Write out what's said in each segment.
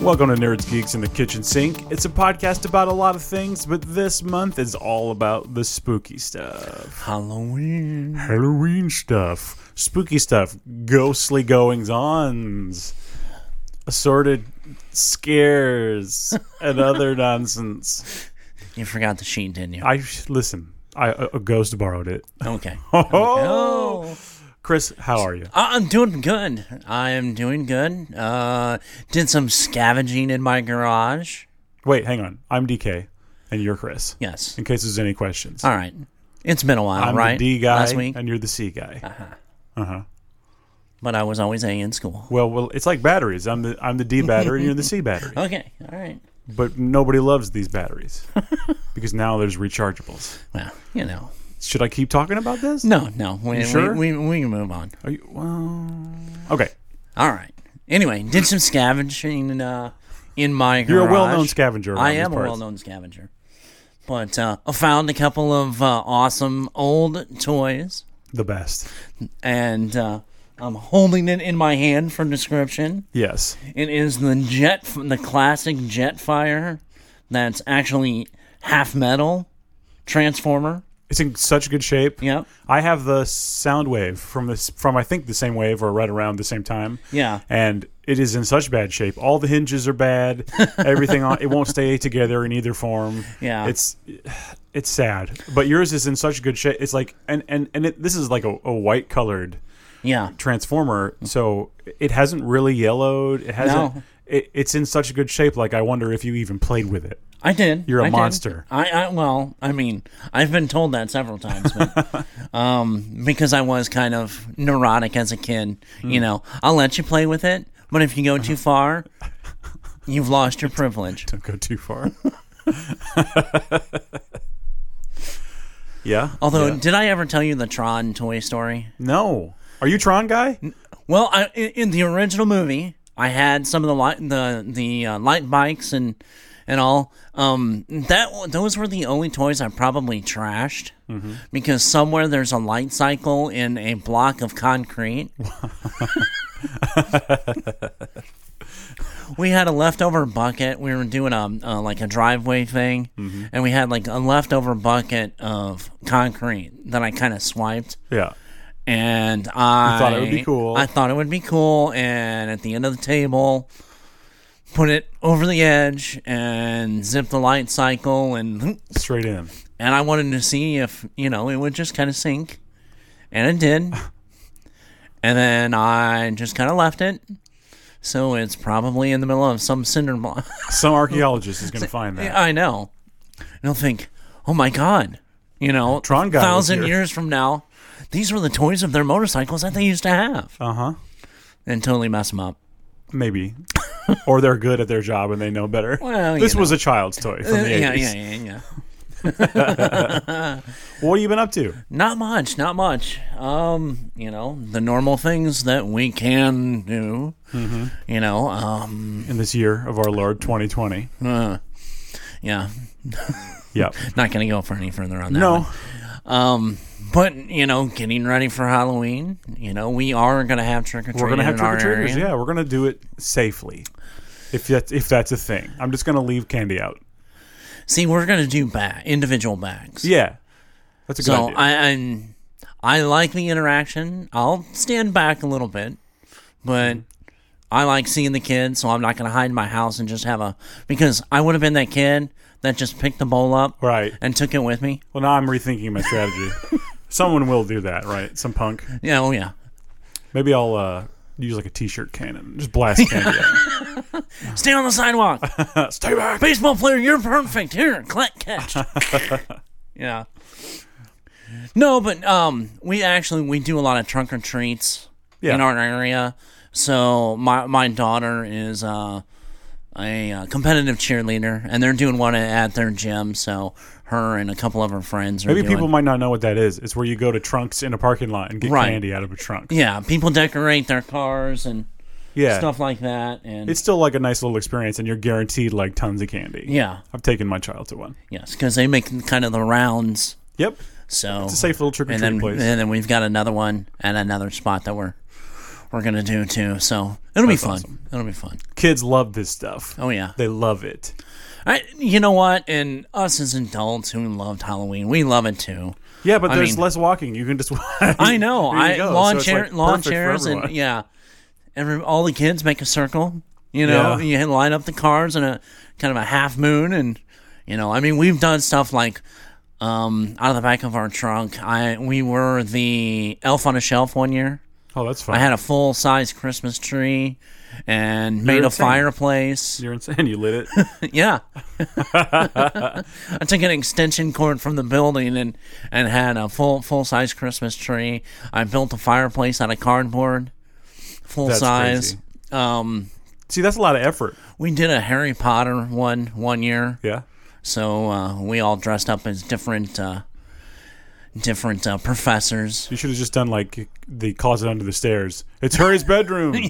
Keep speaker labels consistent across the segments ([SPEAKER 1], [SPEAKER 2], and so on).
[SPEAKER 1] Welcome to Nerds Geeks in the Kitchen Sink. It's a podcast about a lot of things, but this month is all about the spooky stuff.
[SPEAKER 2] Halloween.
[SPEAKER 1] Halloween stuff, spooky stuff, ghostly goings ons, assorted scares, and other nonsense.
[SPEAKER 2] You forgot the sheet, didn't you?
[SPEAKER 1] I listen, I a ghost borrowed it.
[SPEAKER 2] okay.
[SPEAKER 1] Oh. Chris, how are you?
[SPEAKER 2] I- I'm doing good. I am doing good. Uh, did some scavenging in my garage.
[SPEAKER 1] Wait, hang on. I'm DK, and you're Chris.
[SPEAKER 2] Yes.
[SPEAKER 1] In case there's any questions,
[SPEAKER 2] All right. It's been a while,
[SPEAKER 1] I'm
[SPEAKER 2] right?
[SPEAKER 1] the D guy,
[SPEAKER 2] Last week,
[SPEAKER 1] and you're the C guy.
[SPEAKER 2] but I was always A in school.
[SPEAKER 1] Well, well, it's like batteries. I'm the I'm the D battery, and you're the C battery.
[SPEAKER 2] Okay. All right.
[SPEAKER 1] But nobody loves these batteries because now there's rechargeables.
[SPEAKER 2] Well, you know.
[SPEAKER 1] Should I keep talking about this?
[SPEAKER 2] No, no. We,
[SPEAKER 1] sure?
[SPEAKER 2] we, we, we can move on.
[SPEAKER 1] Are you, well, okay.
[SPEAKER 2] All right. Anyway, did some scavenging uh, in my garage.
[SPEAKER 1] You're a well-known scavenger. around
[SPEAKER 2] I
[SPEAKER 1] these
[SPEAKER 2] am a
[SPEAKER 1] parts.
[SPEAKER 2] well-known scavenger, but uh, I found a couple of uh, awesome old toys,
[SPEAKER 1] The best.
[SPEAKER 2] and uh, I'm holding it in my hand for description.
[SPEAKER 1] Yes.
[SPEAKER 2] It is the jet, the classic Jetfire, that's actually half metal transformer.
[SPEAKER 1] It's in such good shape.
[SPEAKER 2] Yep.
[SPEAKER 1] I have the sound wave from this from I think the same wave or right around the same time.
[SPEAKER 2] Yeah.
[SPEAKER 1] And it is in such bad shape. All the hinges are bad. Everything on it won't stay together in either form.
[SPEAKER 2] Yeah.
[SPEAKER 1] It's it's sad. But yours is in such good shape. It's like and and and it, this is like a, a white colored
[SPEAKER 2] Yeah.
[SPEAKER 1] transformer, so it hasn't really yellowed. It hasn't.
[SPEAKER 2] Mm. No.
[SPEAKER 1] It, it's in such good shape. Like I wonder if you even played with it.
[SPEAKER 2] I did.
[SPEAKER 1] You're a
[SPEAKER 2] a
[SPEAKER 1] monster.
[SPEAKER 2] I, I well, I mean, I've been told that several times, but, um, because I was kind of neurotic as a kid.
[SPEAKER 1] Hmm.
[SPEAKER 2] You know, I'll let you play with it, but if you go too far, you've lost your privilege.
[SPEAKER 1] Don't go too far. yeah.
[SPEAKER 2] Although,
[SPEAKER 1] Yeah.
[SPEAKER 2] did I ever tell you the Tron toy story?
[SPEAKER 1] no. Are you Tron guy?
[SPEAKER 2] Well, I, in in the original movie, I had some of the light, the the uh, light bikes and and all. Um, that those were the only toys I probably trashed because somewhere there's a light cycle in a block of concrete. we had a leftover bucket. We were doing a uh, like a driveway thing, and we had like a leftover bucket of concrete that I kind of swiped
[SPEAKER 1] Yeah.
[SPEAKER 2] and I
[SPEAKER 1] thought it would be cool.
[SPEAKER 2] I thought it would be cool, and at the end of the table, put it over the edge and zip the light cycle, and
[SPEAKER 1] Straight in.
[SPEAKER 2] and I wanted to see if you know it would just kind of sink, and it did, and then I just kind of left it. So it's probably in the middle of some cinder block.
[SPEAKER 1] Some archaeologist is going to find that.
[SPEAKER 2] I know. And I'll think, oh my god, you know,
[SPEAKER 1] Tron guy was
[SPEAKER 2] thousand
[SPEAKER 1] here.
[SPEAKER 2] years from now, these were the toys of their motorcycles that they used to have,
[SPEAKER 1] Uh huh.
[SPEAKER 2] and totally mess them up.
[SPEAKER 1] Maybe. or they're good at their job and they know better.
[SPEAKER 2] Well, you Uh,
[SPEAKER 1] this was a child's toy from the 80s.
[SPEAKER 2] yeah, yeah, yeah, yeah.
[SPEAKER 1] What have you been up to?
[SPEAKER 2] Not much, not much. Um, you know, the normal things that we can do.
[SPEAKER 1] Mm-hmm.
[SPEAKER 2] You know, um,
[SPEAKER 1] in this year of our Lord 2020?
[SPEAKER 2] uh, yeah.
[SPEAKER 1] Yep.
[SPEAKER 2] Not gonna go for any further on that. one.
[SPEAKER 1] No.
[SPEAKER 2] Um, but you know, getting ready for Halloween. You know, we are gonna have trick or treating.
[SPEAKER 1] We're gonna have
[SPEAKER 2] in our
[SPEAKER 1] trick or treaters.
[SPEAKER 2] area.
[SPEAKER 1] Yeah, we're gonna do it safely. If that's if that's a thing, I'm just gonna leave candy out.
[SPEAKER 2] See, we're gonna do ba individual bags.
[SPEAKER 1] Yeah, that's a good
[SPEAKER 2] So
[SPEAKER 1] idea.
[SPEAKER 2] I I'm, I like the interaction. I'll stand back a little bit,
[SPEAKER 1] Mm-hmm.
[SPEAKER 2] but I like seeing the kids, so I'm not gonna hide in my house and just have a because I would have been that kid that just picked the bowl up
[SPEAKER 1] right.
[SPEAKER 2] and took it with me.
[SPEAKER 1] Well, now I'm rethinking my strategy. Someone will do that, right? Some punk.
[SPEAKER 2] Yeah, oh yeah.
[SPEAKER 1] Maybe I'll uh, use like a t-shirt cannon. Just blast candy.
[SPEAKER 2] Stay on the sidewalk.
[SPEAKER 1] out. Stay back.
[SPEAKER 2] baseball player, you're perfect. Here, collect catch. yeah. No, but um, we actually we do a lot of trunk or treats
[SPEAKER 1] Yeah.
[SPEAKER 2] in our area. So my my daughter is uh, a uh, competitive cheerleader, and they're doing one at their gym. So her and a couple of her friends are
[SPEAKER 1] Maybe
[SPEAKER 2] doing-
[SPEAKER 1] people might not know what that is. It's where you go to trunks in a parking lot and get
[SPEAKER 2] Right.
[SPEAKER 1] candy out of a trunk.
[SPEAKER 2] yeah, people decorate their cars and
[SPEAKER 1] Yeah.
[SPEAKER 2] stuff like that, and
[SPEAKER 1] It's still like a nice little experience, and you're guaranteed like tons of candy.
[SPEAKER 2] yeah,
[SPEAKER 1] I've taken my child to one.
[SPEAKER 2] yes, because they make kind of the rounds.
[SPEAKER 1] Yep.
[SPEAKER 2] So
[SPEAKER 1] Safe little trick or
[SPEAKER 2] and
[SPEAKER 1] treat
[SPEAKER 2] then
[SPEAKER 1] place.
[SPEAKER 2] and then we've got another one and another spot that we're we're gonna do too. So
[SPEAKER 1] That's
[SPEAKER 2] it'll be fun.
[SPEAKER 1] awesome.
[SPEAKER 2] It'll be fun.
[SPEAKER 1] Kids love this stuff.
[SPEAKER 2] Oh yeah.
[SPEAKER 1] They love it.
[SPEAKER 2] I, you know what? And us as adults who loved Halloween, we love it too.
[SPEAKER 1] Yeah, but there's
[SPEAKER 2] mean-
[SPEAKER 1] less walking. You can just.
[SPEAKER 2] I know.
[SPEAKER 1] There you
[SPEAKER 2] I
[SPEAKER 1] go.
[SPEAKER 2] lawn
[SPEAKER 1] So it's,
[SPEAKER 2] chair,
[SPEAKER 1] like,
[SPEAKER 2] lawn
[SPEAKER 1] perfect for
[SPEAKER 2] chairs, and
[SPEAKER 1] everyone.
[SPEAKER 2] yeah, every all the kids make a circle. You know,
[SPEAKER 1] Yeah.
[SPEAKER 2] you had line up the cars in a kind of a half moon, and you know, I mean, we've done stuff like um, out of the back of our trunk. I we were the elf on a shelf one year.
[SPEAKER 1] Oh, that's
[SPEAKER 2] I
[SPEAKER 1] fine.
[SPEAKER 2] had a full size Christmas tree and made a
[SPEAKER 1] insane.
[SPEAKER 2] fireplace.
[SPEAKER 1] You're insane. You lit it.
[SPEAKER 2] Yeah. I took an extension cord from the building and, and had a full full size Christmas tree. I built a fireplace out of cardboard. Full
[SPEAKER 1] That's
[SPEAKER 2] size.
[SPEAKER 1] crazy.
[SPEAKER 2] Um
[SPEAKER 1] See, that's a lot of effort.
[SPEAKER 2] we did a Harry Potter one one year.
[SPEAKER 1] Yeah.
[SPEAKER 2] So uh, we all dressed up as different uh, different uh, professors.
[SPEAKER 1] You should have just done like the closet under the stairs. It's Hurry's bedroom.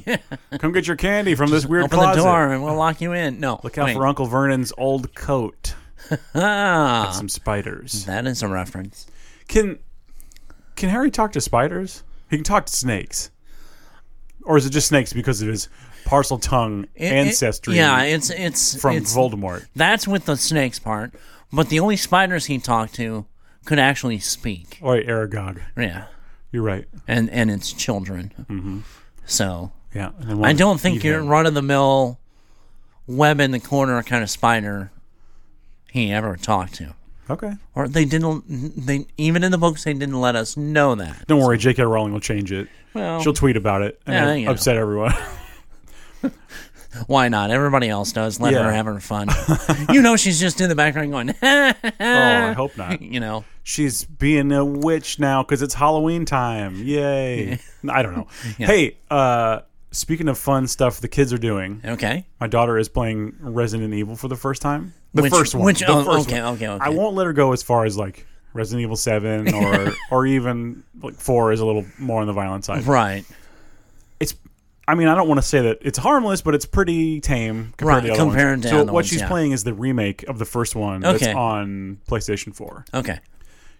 [SPEAKER 1] Come get your candy from this weird
[SPEAKER 2] Open
[SPEAKER 1] closet.
[SPEAKER 2] the door and we'll lock you in. No.
[SPEAKER 1] Look out
[SPEAKER 2] wait.
[SPEAKER 1] for Uncle Vernon's old coat.
[SPEAKER 2] Ah,
[SPEAKER 1] Some spiders.
[SPEAKER 2] that is a reference.
[SPEAKER 1] Can can Harry talk to spiders? He can talk to snakes. Or is it just snakes because of his parcel tongue
[SPEAKER 2] It- it-
[SPEAKER 1] ancestry
[SPEAKER 2] yeah, it's it's
[SPEAKER 1] from
[SPEAKER 2] it's,
[SPEAKER 1] Voldemort?
[SPEAKER 2] That's with the snakes part, but the only spiders he talked to could actually speak.
[SPEAKER 1] Or Aragog.
[SPEAKER 2] Yeah,
[SPEAKER 1] You're right.
[SPEAKER 2] and and it's children. Mm-hmm. So
[SPEAKER 1] Yeah.
[SPEAKER 2] I don't think your run of the mill, web in the corner kind of spider he ever talked to,
[SPEAKER 1] Okay.
[SPEAKER 2] or they didn't. They even in the books they didn't let us know that.
[SPEAKER 1] Don't worry, J.K. Rowling will change it.
[SPEAKER 2] Well,
[SPEAKER 1] She'll tweet about it
[SPEAKER 2] Yeah,
[SPEAKER 1] and
[SPEAKER 2] you
[SPEAKER 1] it'll
[SPEAKER 2] know.
[SPEAKER 1] upset everyone.
[SPEAKER 2] why not? Everybody else does. Let
[SPEAKER 1] Yeah.
[SPEAKER 2] her have her fun. you know, she's just in the background going.
[SPEAKER 1] oh, I hope not.
[SPEAKER 2] you know,
[SPEAKER 1] She's being a witch now because it's Halloween time. Yay. I don't know. Hey, uh, speaking of fun stuff the kids are doing,
[SPEAKER 2] okay.
[SPEAKER 1] my daughter is playing Resident Evil for the first time. The
[SPEAKER 2] Which-
[SPEAKER 1] first one.
[SPEAKER 2] which-
[SPEAKER 1] the
[SPEAKER 2] oh,
[SPEAKER 1] first
[SPEAKER 2] okay,
[SPEAKER 1] one.
[SPEAKER 2] okay, okay.
[SPEAKER 1] I won't let her go as far as like Resident Evil 7 or, or even like 4 is a little more on the violent side.
[SPEAKER 2] Right.
[SPEAKER 1] It's. I mean, I don't want to say that it's harmless, but it's pretty tame compared to
[SPEAKER 2] Right,
[SPEAKER 1] the other
[SPEAKER 2] compared
[SPEAKER 1] ones.
[SPEAKER 2] to
[SPEAKER 1] so
[SPEAKER 2] other
[SPEAKER 1] what
[SPEAKER 2] ones,
[SPEAKER 1] she's
[SPEAKER 2] yeah.
[SPEAKER 1] playing is the remake of the first one
[SPEAKER 2] Okay.
[SPEAKER 1] that's on PlayStation 4
[SPEAKER 2] Okay.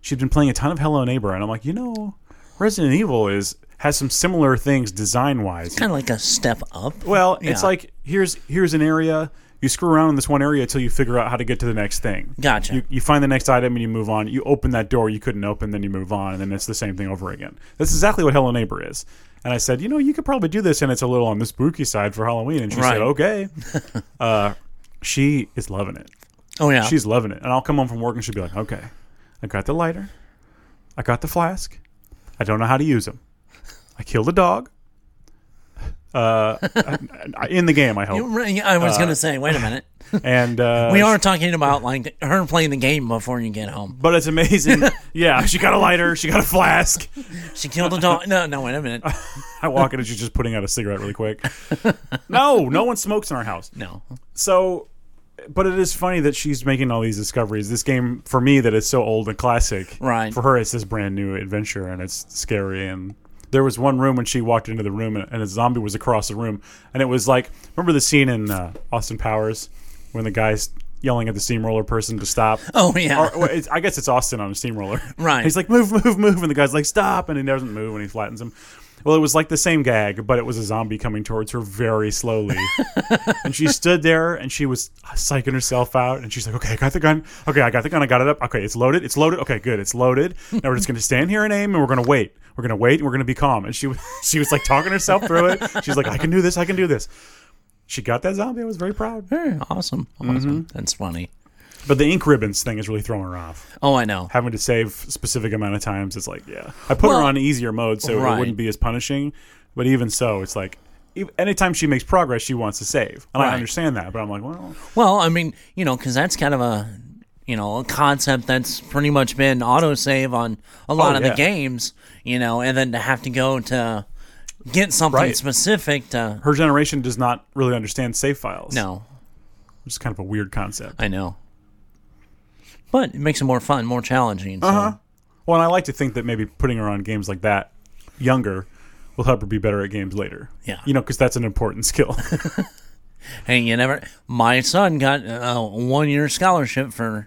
[SPEAKER 1] she'd been playing a ton of Hello Neighbor, and I'm like, you know, Resident Evil is has some similar things design wise.
[SPEAKER 2] Kind of like a step up.
[SPEAKER 1] Well, it's
[SPEAKER 2] Yeah.
[SPEAKER 1] like here's here's an area. You screw around in this one area until you figure out how to get to the next thing.
[SPEAKER 2] Gotcha.
[SPEAKER 1] You, you find the next item and you move on. You open that door you couldn't open, then you move on, and then it's the same thing over again. That's exactly what Hello Neighbor is. And I said, you know, you could probably do this, and it's a little on the spooky side for Halloween. And she
[SPEAKER 2] Right.
[SPEAKER 1] said, okay. uh, she is loving it.
[SPEAKER 2] oh yeah.
[SPEAKER 1] She's loving it. And I'll come home from work and she'll be like, okay, I got the lighter. I got the flask. I don't know how to use them. I killed a dog. Uh, I- I- in the game, I hope.
[SPEAKER 2] You re- I
[SPEAKER 1] Uh,
[SPEAKER 2] was gonna say, wait a minute.
[SPEAKER 1] And uh,
[SPEAKER 2] We are talking about like her playing the game before you get home.
[SPEAKER 1] But it's amazing. yeah, she got a lighter. She got a flask.
[SPEAKER 2] She killed a dog. No, no, wait a minute.
[SPEAKER 1] I walk in and she's just putting out a cigarette really quick. No, no one smokes in our house.
[SPEAKER 2] No.
[SPEAKER 1] So, but it is funny that she's making all these discoveries. This game, for me, that is so old and classic.
[SPEAKER 2] Right.
[SPEAKER 1] For her, it's this brand new adventure, and it's scary. And there was one room when she walked into the room, and, and a zombie was across the room, and it was like remember the scene in uh, Austin Powers when the guy's yelling at the steamroller person to stop.
[SPEAKER 2] Oh yeah.
[SPEAKER 1] Or, well, it's, I guess it's Austin on a steamroller.
[SPEAKER 2] Right.
[SPEAKER 1] He's like, move, move, move. And the guy's like, stop. And he doesn't move and he flattens him. Well, it was like the same gag, but it was a zombie coming towards her very slowly. and she stood there and she was psyching herself out. And she's like, okay, I got the gun. Okay, I got the gun. I got it up. Okay, it's loaded. It's loaded. Okay, good. It's loaded. Now we're just going to stand here and aim and we're going to wait. We're going to wait and we're going to be calm. And she was, she was like talking herself through it. She's like, I can do this. I can do this. She got that zombie. I was very proud.
[SPEAKER 2] Hey, awesome.
[SPEAKER 1] Mm-hmm.
[SPEAKER 2] Awesome. That's funny.
[SPEAKER 1] But the ink ribbons thing is really throwing her off.
[SPEAKER 2] Oh, I know.
[SPEAKER 1] having to save specific amount of times it's like yeah i put
[SPEAKER 2] Well-
[SPEAKER 1] her on easier mode so it
[SPEAKER 2] Right.
[SPEAKER 1] wouldn't be as punishing but even so it's like ev- anytime she makes progress she wants to save and i
[SPEAKER 2] Right.
[SPEAKER 1] understand that but i'm like well
[SPEAKER 2] Well, I mean, you know, because that's kind of a, you know, a concept that's pretty much been autosave on a lot
[SPEAKER 1] Oh,
[SPEAKER 2] of
[SPEAKER 1] yeah.
[SPEAKER 2] the games. You know, and then to have to go to get something
[SPEAKER 1] Right.
[SPEAKER 2] specific to.
[SPEAKER 1] her generation does not really understand save files
[SPEAKER 2] No,
[SPEAKER 1] which is kind of a weird concept
[SPEAKER 2] I know. But it makes it more fun, more challenging. So.
[SPEAKER 1] Uh-huh. well and i like to think that maybe putting her on games like that younger will help her be better at games later
[SPEAKER 2] Yeah.
[SPEAKER 1] you know because that's an important skill
[SPEAKER 2] Hey, you never. My son got a one year scholarship for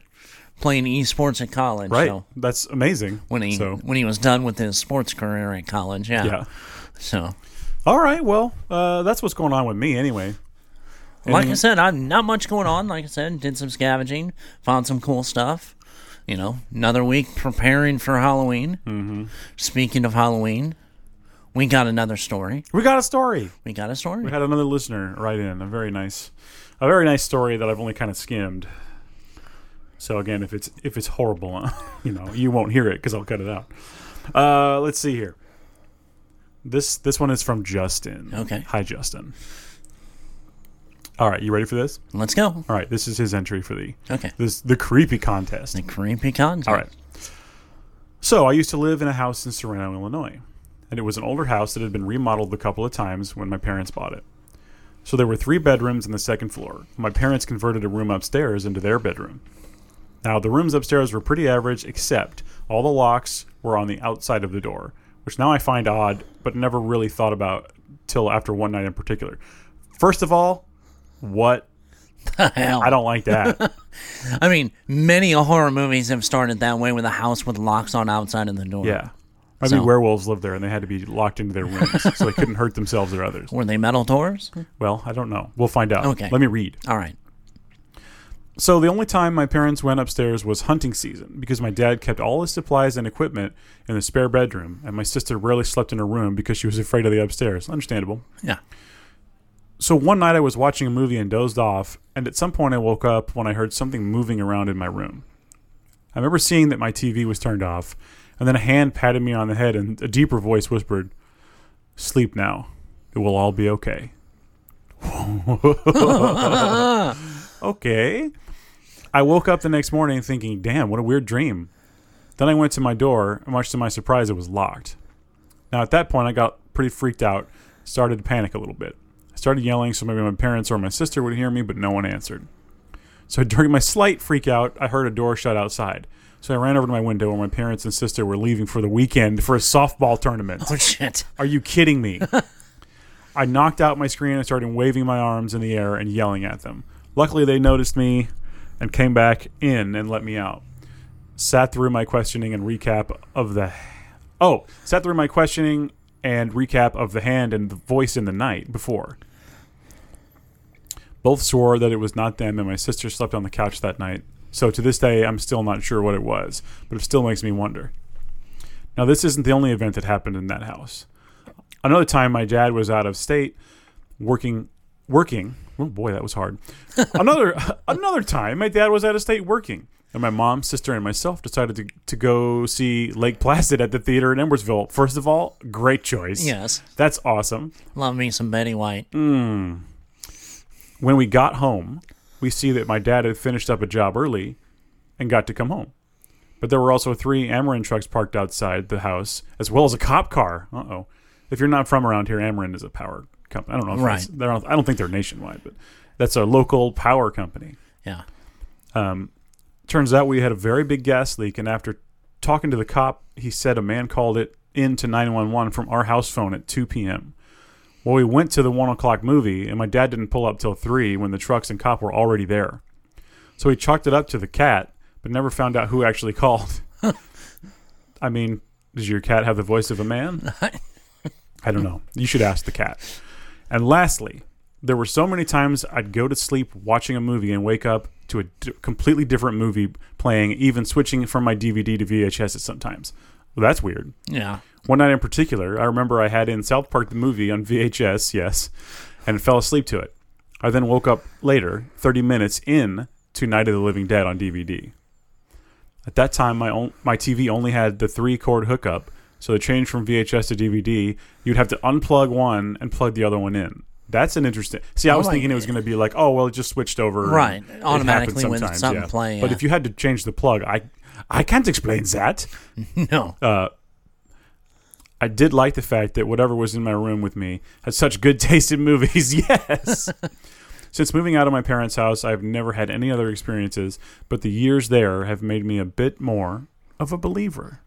[SPEAKER 2] playing esports at college.
[SPEAKER 1] right
[SPEAKER 2] So
[SPEAKER 1] that's amazing
[SPEAKER 2] when he
[SPEAKER 1] so
[SPEAKER 2] when he was done with his sports career at college, yeah.
[SPEAKER 1] yeah
[SPEAKER 2] So
[SPEAKER 1] All right. Well, uh, that's what's going on with me anyway.
[SPEAKER 2] Like I said, I'm not much going on. Like I said, did some scavenging, found some cool stuff. You know, another week preparing for Halloween. Mm-hmm. Speaking of Halloween, we got another story.
[SPEAKER 1] We got a story.
[SPEAKER 2] We got a story.
[SPEAKER 1] We had another listener write in a very nice, a very nice story that I've only kind of skimmed. So again, if it's if it's horrible, you know, you won't hear it because I'll cut it out. Uh, let's see here. This this one is from Justin.
[SPEAKER 2] Okay.
[SPEAKER 1] Hi, Justin. All right, you ready for this?
[SPEAKER 2] Let's go.
[SPEAKER 1] All right, this is his entry for the
[SPEAKER 2] Okay.
[SPEAKER 1] this the creepy contest.
[SPEAKER 2] The creepy content.
[SPEAKER 1] All right. So I used to live in a house in Serrano, Illinois, and it was an older house that had been remodeled a couple of times when my parents bought it. So there were three bedrooms in the second floor. My parents converted a room upstairs into their bedroom. Now the rooms upstairs were pretty average, except all the locks were on the outside of the door, which now I find odd, but never really thought about till after one night in particular. First of all, what?
[SPEAKER 2] Hell.
[SPEAKER 1] I don't like that.
[SPEAKER 2] I mean, many horror movies have started that way with a house with locks on outside of the door.
[SPEAKER 1] Yeah. I
[SPEAKER 2] So-
[SPEAKER 1] mean, werewolves lived there, and they had to be locked into their rooms, so they couldn't hurt themselves or others.
[SPEAKER 2] Were they metal doors?
[SPEAKER 1] Well, I don't know. We'll find out.
[SPEAKER 2] Okay.
[SPEAKER 1] Let me read.
[SPEAKER 2] All right.
[SPEAKER 1] So the only time my parents went upstairs was hunting season because my dad kept all his supplies and equipment in the spare bedroom, and my sister rarely slept in her room because she was afraid of the upstairs. Understandable.
[SPEAKER 2] Yeah.
[SPEAKER 1] So one night I was watching a movie and dozed off, and at some point I woke up when I heard something moving around in my room. I remember seeing that my TV was turned off, and then a hand patted me on the head and a deeper voice whispered, "Sleep now. It will all be okay." okay. I woke up the next morning thinking, "Damn, what a weird dream." Then I went to my door, and much to my surprise, it was locked. Now, at that point, I got pretty freaked out, started to panic a little bit. I started yelling so maybe my parents or my sister would hear me, but no one answered. So during my slight freak out, I heard a door shut outside. So I ran over to my window where my parents and sister were leaving for the weekend for a softball tournament.
[SPEAKER 2] Oh, shit.
[SPEAKER 1] Are you kidding me? I knocked out my screen and started waving my arms in the air and yelling at them. Luckily, they noticed me and came back in and let me out. Sat through my questioning and recap of the. Oh, sat through my questioning and recap of the hand and the voice in the night before. Both swore that it was not them, and my sister slept on the couch that night. So to this day, I'm still not sure what it was, but it still makes me wonder. Now, this isn't the only event that happened in that house. Another time, my dad was out of state working. Working. Oh boy, that was hard. Another another time, my dad was out of state working, and my mom, sister, and myself decided to, to go see Lake Placid at the theater in Embersville. First of all, great choice.
[SPEAKER 2] Yes.
[SPEAKER 1] that's awesome.
[SPEAKER 2] Love me some Betty White.
[SPEAKER 1] When we got home, we see that my dad had finished up a job early and got to come home. But there were also three Amarin trucks parked outside the house, as well as a cop car. Uh oh. If you're not from around here, Amarin is a power company. I don't know. If
[SPEAKER 2] Right.
[SPEAKER 1] that's- they're not- I don't think they're nationwide, but that's a local power company.
[SPEAKER 2] Yeah.
[SPEAKER 1] Turns out we had a very big gas leak, and after talking to the cop, he said a man called it in to 911 from our house phone at 2 p.m. Well, we went to the 1 o'clock movie, and my dad didn't pull up till 3 when the trucks and cop were already there. So he chalked it up to the cat, but never found out who actually called. I mean, does your cat have the voice of a man? I don't know. You should ask the cat. And lastly, there were so many times I'd go to sleep watching a movie and wake up to a d- completely different movie playing, even switching from my DVD to VHS at sometimes. Well, that's weird.
[SPEAKER 2] Yeah.
[SPEAKER 1] One night in particular, I remember I had in South Park the movie on VHS, yes, and fell asleep to it. I then woke up later, 30 minutes in to Night of the Living Dead on DVD. At that time, my on- my TV only had the three cord hookup, so the change from VHS to DVD, you'd have to unplug one and plug the other one in. That's an interesting. See, I was
[SPEAKER 2] my-
[SPEAKER 1] thinking it was going to be like, oh well, it just switched over, and
[SPEAKER 2] Right.
[SPEAKER 1] it
[SPEAKER 2] Automatically
[SPEAKER 1] happened
[SPEAKER 2] when
[SPEAKER 1] sometimes,
[SPEAKER 2] something
[SPEAKER 1] yeah.
[SPEAKER 2] play,
[SPEAKER 1] But
[SPEAKER 2] yeah.
[SPEAKER 1] if you had to change the plug, I I can't explain that.
[SPEAKER 2] No.
[SPEAKER 1] Uh. I did like the fact that whatever was in my room with me had such good taste in movies. Yes. Since moving out of my parents' house, I've never had any other experiences, but the years there have made me a bit more of a believer.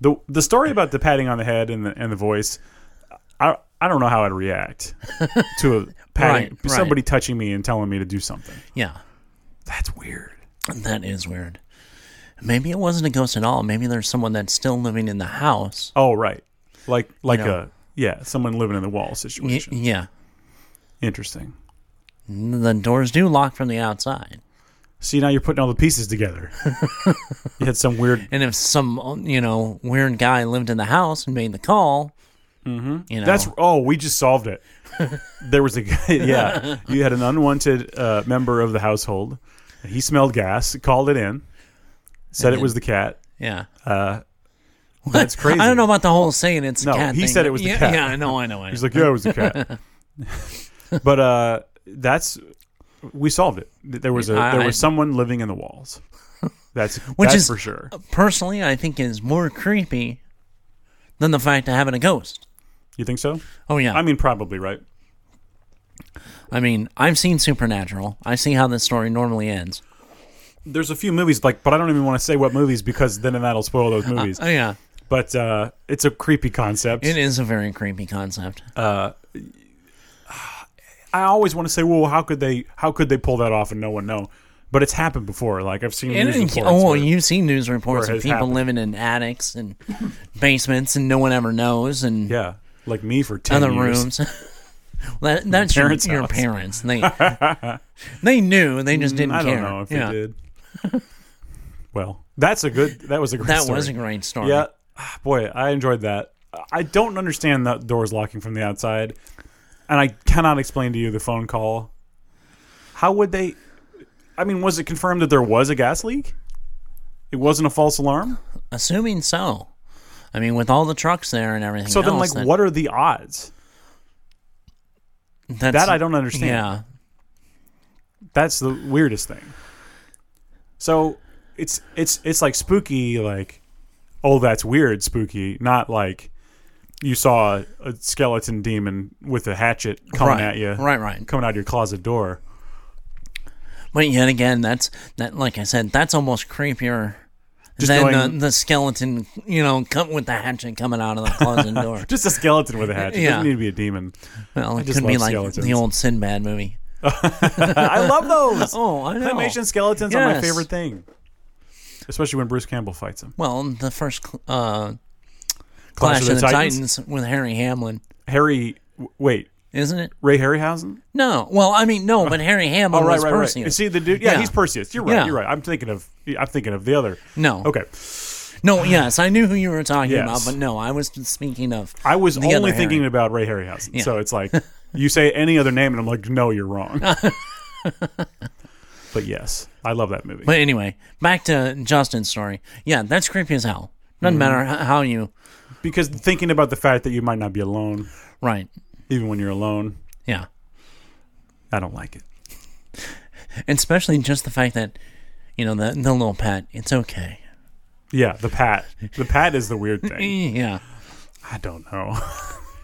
[SPEAKER 1] The the story about the patting on the head and the and the voice, I I don't know how I'd react to a patting
[SPEAKER 2] Right, right.
[SPEAKER 1] somebody touching me and telling me to do something.
[SPEAKER 2] yeah.
[SPEAKER 1] That's weird.
[SPEAKER 2] That is weird. Maybe it wasn't a ghost at all. Maybe there's someone that's still living in the house
[SPEAKER 1] Oh right. like like
[SPEAKER 2] know.
[SPEAKER 1] a yeah, someone living in the wall
[SPEAKER 2] Y-
[SPEAKER 1] situation.
[SPEAKER 2] yeah.
[SPEAKER 1] Interesting.
[SPEAKER 2] The doors do lock from the outside.
[SPEAKER 1] See, now you're putting all the pieces together. you had some weird.
[SPEAKER 2] And if some, you know, weird guy lived in the house and made the call, mm-hmm. you know,
[SPEAKER 1] That's oh, we just solved it. There was a guy. Yeah, you had an unwanted uh, member of the household. He smelled gas, called it in, said it was the cat.
[SPEAKER 2] yeah.
[SPEAKER 1] That's crazy.
[SPEAKER 2] I don't know about the whole saying it's
[SPEAKER 1] No,
[SPEAKER 2] a cat.
[SPEAKER 1] he
[SPEAKER 2] thing,
[SPEAKER 1] said
[SPEAKER 2] but-
[SPEAKER 1] it was the
[SPEAKER 2] yeah,
[SPEAKER 1] cat.
[SPEAKER 2] Yeah, I know, I know. I know.
[SPEAKER 1] He's like, yeah, it was a cat. but uh, that's we solved it. There was a
[SPEAKER 2] I-
[SPEAKER 1] there
[SPEAKER 2] I-
[SPEAKER 1] was someone living in the walls. That's
[SPEAKER 2] Which
[SPEAKER 1] that's
[SPEAKER 2] is-
[SPEAKER 1] for sure.
[SPEAKER 2] Personally, I think is more creepy than the fact of having a ghost.
[SPEAKER 1] You think so?
[SPEAKER 2] Oh yeah,
[SPEAKER 1] I mean, probably right.
[SPEAKER 2] I mean, I've seen Supernatural. I see how this story normally ends.
[SPEAKER 1] There's a few movies like, but I don't even want to say what movies because then that'll spoil those movies.
[SPEAKER 2] Oh yeah,
[SPEAKER 1] But uh, it's a creepy concept.
[SPEAKER 2] it is a very creepy concept.
[SPEAKER 1] Uh, I always want to say, well, how could they how could they pull that off and no one know? But it's happened before. Like I've seen news
[SPEAKER 2] And-
[SPEAKER 1] reports.
[SPEAKER 2] oh, well,
[SPEAKER 1] where-
[SPEAKER 2] you've seen news reports
[SPEAKER 1] where it has
[SPEAKER 2] of people
[SPEAKER 1] happened.
[SPEAKER 2] living in attics and basements, and no one ever knows, and
[SPEAKER 1] yeah, like me for ten
[SPEAKER 2] other
[SPEAKER 1] years.
[SPEAKER 2] rooms. Well, that, that's your,
[SPEAKER 1] parents'
[SPEAKER 2] your
[SPEAKER 1] house.
[SPEAKER 2] parents. They they knew, they just didn't
[SPEAKER 1] I don't
[SPEAKER 2] care.
[SPEAKER 1] know if
[SPEAKER 2] yeah.
[SPEAKER 1] they did. well, that's a good. That was a great.
[SPEAKER 2] That
[SPEAKER 1] story.
[SPEAKER 2] was a great story.
[SPEAKER 1] Yeah, Ah, boy, I enjoyed that. I don't understand that doors locking from the outside, and I cannot explain to you the phone call. How would they? I mean, was it confirmed that there was a gas leak? It wasn't a false alarm.
[SPEAKER 2] Assuming so. I mean, with all the trucks there and everything.
[SPEAKER 1] So then, like,
[SPEAKER 2] else, that-
[SPEAKER 1] what are the odds?
[SPEAKER 2] That's,
[SPEAKER 1] That I don't understand.
[SPEAKER 2] Yeah.
[SPEAKER 1] That's the weirdest thing. So it's it's it's like spooky, like oh that's weird, spooky. Not like you saw a, a skeleton demon with a hatchet coming
[SPEAKER 2] right.
[SPEAKER 1] at you,
[SPEAKER 2] Right, right.
[SPEAKER 1] coming out of your closet door.
[SPEAKER 2] But yet again, that's that. Like I said, that's almost creepier
[SPEAKER 1] Just
[SPEAKER 2] than
[SPEAKER 1] knowing-
[SPEAKER 2] the, the skeleton. You know, come with the hatchet coming out of the closet door.
[SPEAKER 1] Just a skeleton with a hatchet.
[SPEAKER 2] Yeah.
[SPEAKER 1] Doesn't need to be a demon.
[SPEAKER 2] Well, it
[SPEAKER 1] just
[SPEAKER 2] could be
[SPEAKER 1] love
[SPEAKER 2] like
[SPEAKER 1] skeletons.
[SPEAKER 2] the old Sinbad movie.
[SPEAKER 1] Uh, I love those.
[SPEAKER 2] Oh, I know.
[SPEAKER 1] Claymation skeletons are my
[SPEAKER 2] Yes.
[SPEAKER 1] favorite thing. Especially when Bruce Campbell fights him.
[SPEAKER 2] Well, the first cl- uh, Clash of the, Titans. with Harry Hamlin,
[SPEAKER 1] Harry, w- wait,
[SPEAKER 2] isn't it?
[SPEAKER 1] Ray Harryhausen?
[SPEAKER 2] No. Well, I mean, no, but Harry Hamlin
[SPEAKER 1] Oh, right,
[SPEAKER 2] was
[SPEAKER 1] right, right.
[SPEAKER 2] Perseus.
[SPEAKER 1] See the dude? Yeah,
[SPEAKER 2] Yeah.
[SPEAKER 1] he's Perseus. You're right.
[SPEAKER 2] Yeah.
[SPEAKER 1] You're right. I'm thinking of. I'm thinking of the other.
[SPEAKER 2] No.
[SPEAKER 1] Okay.
[SPEAKER 2] No, yes, I knew who you were talking
[SPEAKER 1] Yes.
[SPEAKER 2] about, but no, I was speaking of.
[SPEAKER 1] I was
[SPEAKER 2] The other
[SPEAKER 1] only
[SPEAKER 2] Harry.
[SPEAKER 1] thinking about Ray Harryhausen. So it's like you say any other name, and I'm like, no, you're wrong. but yes, I love that movie.
[SPEAKER 2] But anyway, back to Justin's story. Yeah, that's creepy as hell.
[SPEAKER 1] Mm-hmm.
[SPEAKER 2] Doesn't matter h- how you.
[SPEAKER 1] because thinking about the fact that you might not be alone,
[SPEAKER 2] Right.
[SPEAKER 1] even when you're alone,
[SPEAKER 2] Yeah.
[SPEAKER 1] I don't like it.
[SPEAKER 2] And especially just the fact that, you know, the, the little pet, it's okay.
[SPEAKER 1] Yeah, the pat. The pat is the weird thing.
[SPEAKER 2] Yeah.
[SPEAKER 1] I don't know.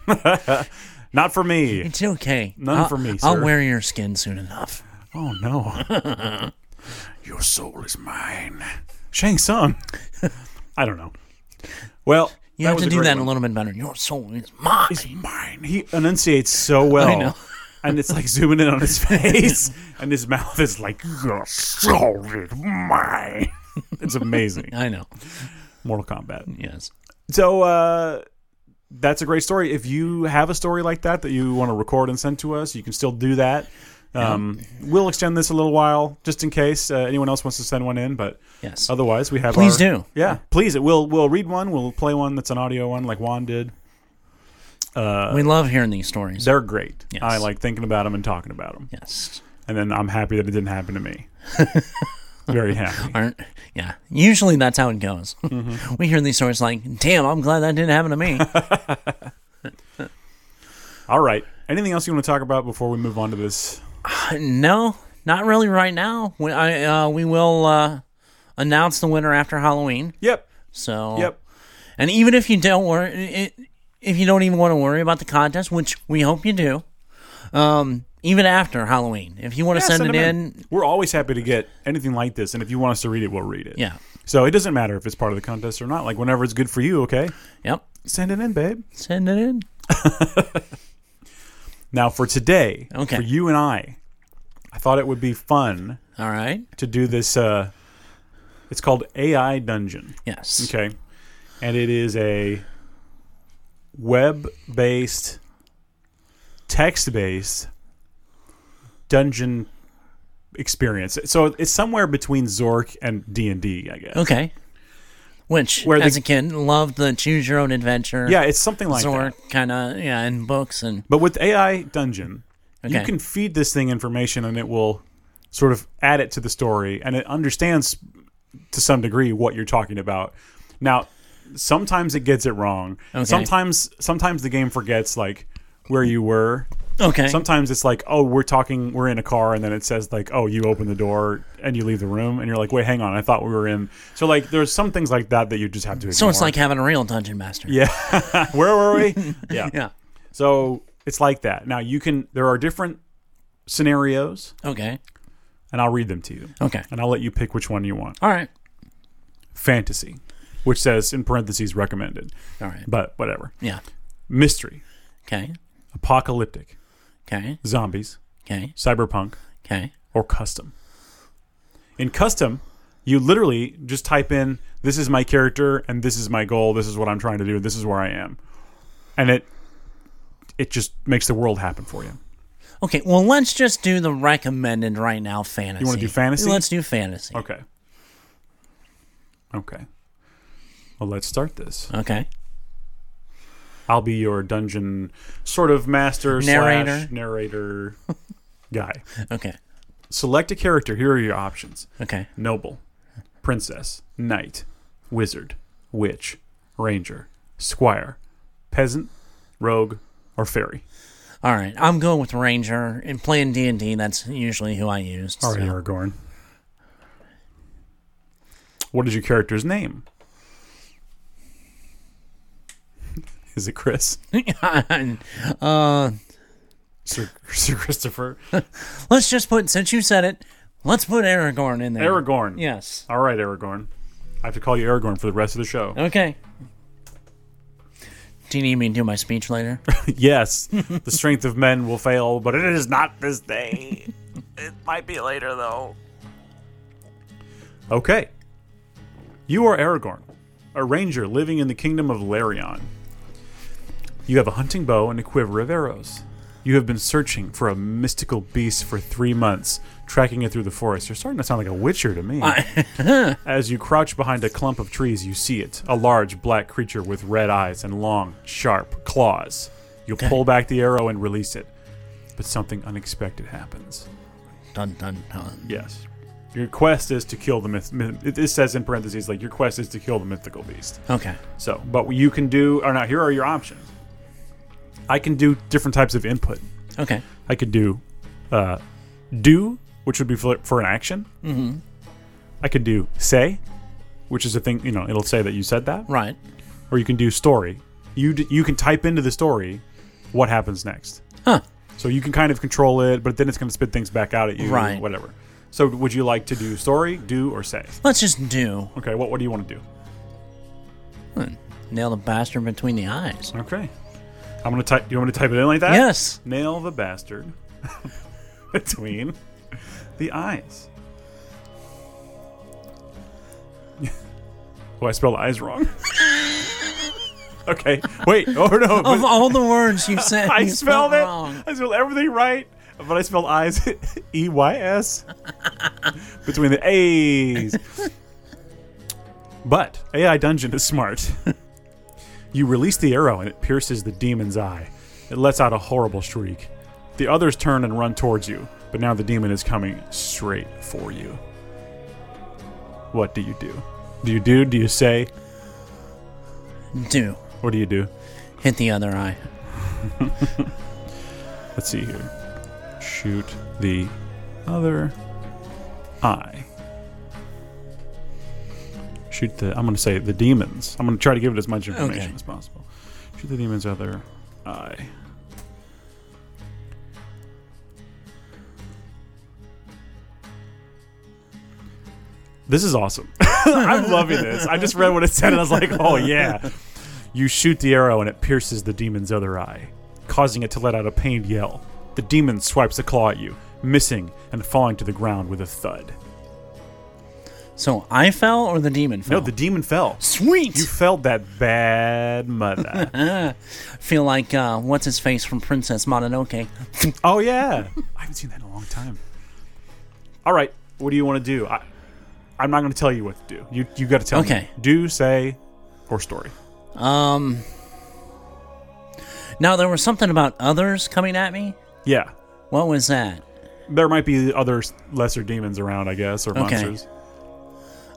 [SPEAKER 1] not for me.
[SPEAKER 2] It's okay.
[SPEAKER 1] None
[SPEAKER 2] I'll-
[SPEAKER 1] for me,
[SPEAKER 2] I'll
[SPEAKER 1] sir.
[SPEAKER 2] wear your skin soon enough.
[SPEAKER 1] Oh no. Your soul is mine. Shang Tsung. I don't know. Well,
[SPEAKER 2] You have
[SPEAKER 1] was
[SPEAKER 2] to do
[SPEAKER 1] great
[SPEAKER 2] that
[SPEAKER 1] one.
[SPEAKER 2] a little bit better. Your soul is mine.
[SPEAKER 1] It's mine. He enunciates so well.
[SPEAKER 2] I know.
[SPEAKER 1] And it's like zooming in on his face, and his mouth is like, Your soul is mine. It's amazing.
[SPEAKER 2] I know.
[SPEAKER 1] Mortal Kombat.
[SPEAKER 2] Yes.
[SPEAKER 1] So, uh, that's a great story. If you have a story like that that you want to record and send to us, you can still do that. Um, we'll extend this a little while just in case uh, anyone else wants to send one in. But
[SPEAKER 2] Yes.
[SPEAKER 1] otherwise, we have.
[SPEAKER 2] Please
[SPEAKER 1] our-
[SPEAKER 2] do.
[SPEAKER 1] Yeah, please. We'll we'll read one. We'll play one that's an audio one, like Juan did. Uh,
[SPEAKER 2] we love hearing these stories.
[SPEAKER 1] They're great.
[SPEAKER 2] Yes.
[SPEAKER 1] I like thinking about them and talking about them.
[SPEAKER 2] Yes.
[SPEAKER 1] And then I'm happy that it didn't happen to me. Very happy.
[SPEAKER 2] Aren't, yeah. Usually that's how it goes.
[SPEAKER 1] Mm-hmm.
[SPEAKER 2] we hear these stories like, damn, I'm glad that didn't happen to me.
[SPEAKER 1] All right. Anything else you want to talk about before we move on to this?
[SPEAKER 2] No, not really right now. We, I, uh, we will uh, announce the winner after Halloween.
[SPEAKER 1] Yep.
[SPEAKER 2] So
[SPEAKER 1] Yep.
[SPEAKER 2] And even if you don't worry, it, if you don't even want to worry about the contest, which we hope you do, um, even after Halloween, if you want to
[SPEAKER 1] Yeah,
[SPEAKER 2] send, it in,
[SPEAKER 1] them We're always happy to get anything like this. And if you want us to read it, we'll read it.
[SPEAKER 2] yeah,
[SPEAKER 1] So it doesn't matter if it's part of the contest or not. Like whenever it's good for you, okay?
[SPEAKER 2] yep,
[SPEAKER 1] Send it in, babe.
[SPEAKER 2] send it in.
[SPEAKER 1] Now for today,
[SPEAKER 2] Okay.
[SPEAKER 1] for you and I, I thought it would be fun
[SPEAKER 2] All right.
[SPEAKER 1] to do this. Uh, it's called AI Dungeon.
[SPEAKER 2] Yes.
[SPEAKER 1] Okay. And it is a web based, text based dungeon experience. So it's somewhere between Zork and D and D, I guess.
[SPEAKER 2] Okay. Which,
[SPEAKER 1] Where
[SPEAKER 2] as
[SPEAKER 1] the-
[SPEAKER 2] a kid, loved the choose your own adventure.
[SPEAKER 1] Yeah, it's something like that.
[SPEAKER 2] Zork kind of, yeah, in books and
[SPEAKER 1] But with AI Dungeon, you
[SPEAKER 2] Okay.
[SPEAKER 1] can feed this thing information and it will sort of add it to the story and it understands to some degree what you're talking about. Now, sometimes it gets it wrong.
[SPEAKER 2] Okay.
[SPEAKER 1] Sometimes sometimes the game forgets like where you were.
[SPEAKER 2] okay,
[SPEAKER 1] Sometimes it's like, "Oh, we're talking, we're in a car," and then it says like, "Oh, you open the door and you leave the room." And you're like, "Wait, hang on. I thought we were in." So like there's some things like that that you just have to ignore.
[SPEAKER 2] so it's like having a real dungeon master.
[SPEAKER 1] Yeah. where were we? yeah.
[SPEAKER 2] Yeah.
[SPEAKER 1] So it's like that. Now you can. There are different scenarios,
[SPEAKER 2] Okay.
[SPEAKER 1] and I'll read them to you,
[SPEAKER 2] Okay.
[SPEAKER 1] and I'll let you pick which one you want.
[SPEAKER 2] All right.
[SPEAKER 1] Fantasy, which says in parentheses recommended,
[SPEAKER 2] All right.
[SPEAKER 1] but whatever.
[SPEAKER 2] Yeah.
[SPEAKER 1] Mystery,
[SPEAKER 2] Okay.
[SPEAKER 1] apocalyptic,
[SPEAKER 2] Okay.
[SPEAKER 1] zombies,
[SPEAKER 2] Okay.
[SPEAKER 1] cyberpunk,
[SPEAKER 2] Okay.
[SPEAKER 1] or custom. In custom, you literally just type in this is my character and this is my goal, this is what I'm trying to do, this is where I am. And it it just makes the world happen for you.
[SPEAKER 2] Okay. Well, let's just do the recommended right now fantasy.
[SPEAKER 1] do fantasy?
[SPEAKER 2] Let's do fantasy. Okay.
[SPEAKER 1] Okay. Okay. Well, let's start this. I'll be your dungeon sort of master
[SPEAKER 2] Narrator.
[SPEAKER 1] slash narrator guy.
[SPEAKER 2] Okay.
[SPEAKER 1] Select a character. Here are your options:
[SPEAKER 2] Okay.
[SPEAKER 1] noble, princess, knight, wizard, witch, ranger, squire, peasant, rogue, or fairy.
[SPEAKER 2] All right. I'm going with ranger. And playing D and D, that's usually who I used.
[SPEAKER 1] All right,
[SPEAKER 2] so.
[SPEAKER 1] Aragorn. What is your character's name? Is it Chris?
[SPEAKER 2] uh,
[SPEAKER 1] Sir, Sir Christopher
[SPEAKER 2] let's just put since you said it, let's put Aragorn in there.
[SPEAKER 1] Aragorn.
[SPEAKER 2] Yes.
[SPEAKER 1] All right, Aragorn. I have to call you Aragorn for the rest of the show.
[SPEAKER 2] Okay. Do you need me to do my speech later?
[SPEAKER 1] yes, the strength of men will fail, but it is not this day. it might be later though. Okay. You are Aragorn, a ranger living in the kingdom of Larion. You have a hunting bow and a quiver of arrows. You have been searching for a mystical beast for three months, tracking it through the forest. You're starting to sound like a witcher to me. As you crouch behind a clump of trees, you see it a large black creature with red eyes and long, sharp claws. You pull back the arrow and release it, but something unexpected happens.
[SPEAKER 2] dun dun dun.
[SPEAKER 1] Yes. Your quest is to kill the myth. myth it, it says in parentheses, like, your quest is to kill the mythical beast.
[SPEAKER 2] Okay.
[SPEAKER 1] So, but what you can do, or now here are your options. I can do different types of input.
[SPEAKER 2] Okay.
[SPEAKER 1] I could do uh, do, which would be for, for an action. Mm-hmm. I could do say, which is a thing, you know, it'll say that you said that.
[SPEAKER 2] Right.
[SPEAKER 1] Or you can do story. You, d- you can type into the story what happens next.
[SPEAKER 2] Huh.
[SPEAKER 1] So you can kind of control it, but then it's going to spit things back out at you,
[SPEAKER 2] Right.
[SPEAKER 1] whatever. So would you like to do story, do, or say?
[SPEAKER 2] Let's just do.
[SPEAKER 1] Okay, what, what do you want to do?
[SPEAKER 2] Nail the bastard between the eyes.
[SPEAKER 1] Okay. I'm going to type, you want me to type it in like that?
[SPEAKER 2] Yes.
[SPEAKER 1] Nail the bastard between the eyes. oh, I spelled eyes wrong. okay, wait. Oh no,
[SPEAKER 2] Of
[SPEAKER 1] but
[SPEAKER 2] all the words you said,
[SPEAKER 1] I
[SPEAKER 2] you
[SPEAKER 1] spelled it.
[SPEAKER 2] wrong.
[SPEAKER 1] I spelled everything right, but I spelled eyes e y s between the a's. But AI Dungeon is smart. you release the arrow and it pierces the demon's eye. It lets out a horrible shriek. The others turn and run towards you, but now the demon is coming straight for you. What do you do? Do you do? Do you say?
[SPEAKER 2] Do.
[SPEAKER 1] What do you do?
[SPEAKER 2] Hit the other eye.
[SPEAKER 1] Let's see here. Shoot the other eye. Shoot the. I'm going to say the demons. I'm going to try to give it as much information
[SPEAKER 2] Okay.
[SPEAKER 1] as possible. Shoot the demons' other eye. This is awesome. I'm loving this. I just read what it said and I was like, oh yeah. You shoot the arrow and it pierces the demon's other eye, causing it to let out a pained yell. The demon swipes a claw at you, missing and falling to the ground with a thud.
[SPEAKER 2] So I fell or the demon fell?
[SPEAKER 1] No, the demon fell.
[SPEAKER 2] Sweet!
[SPEAKER 1] You felt that bad mother.
[SPEAKER 2] Feel like, uh, what's his face from Princess Mononoke?
[SPEAKER 1] oh yeah, I haven't seen that in a long time. All right, what do you want to do? I, I'm not going to tell you what to do. You you got to tell me.
[SPEAKER 2] Okay.
[SPEAKER 1] Do say or story.
[SPEAKER 2] Um. Now, there was something about others coming at me.
[SPEAKER 1] Yeah,
[SPEAKER 2] What was that?
[SPEAKER 1] there might be other s- lesser demons around, I guess, or monsters.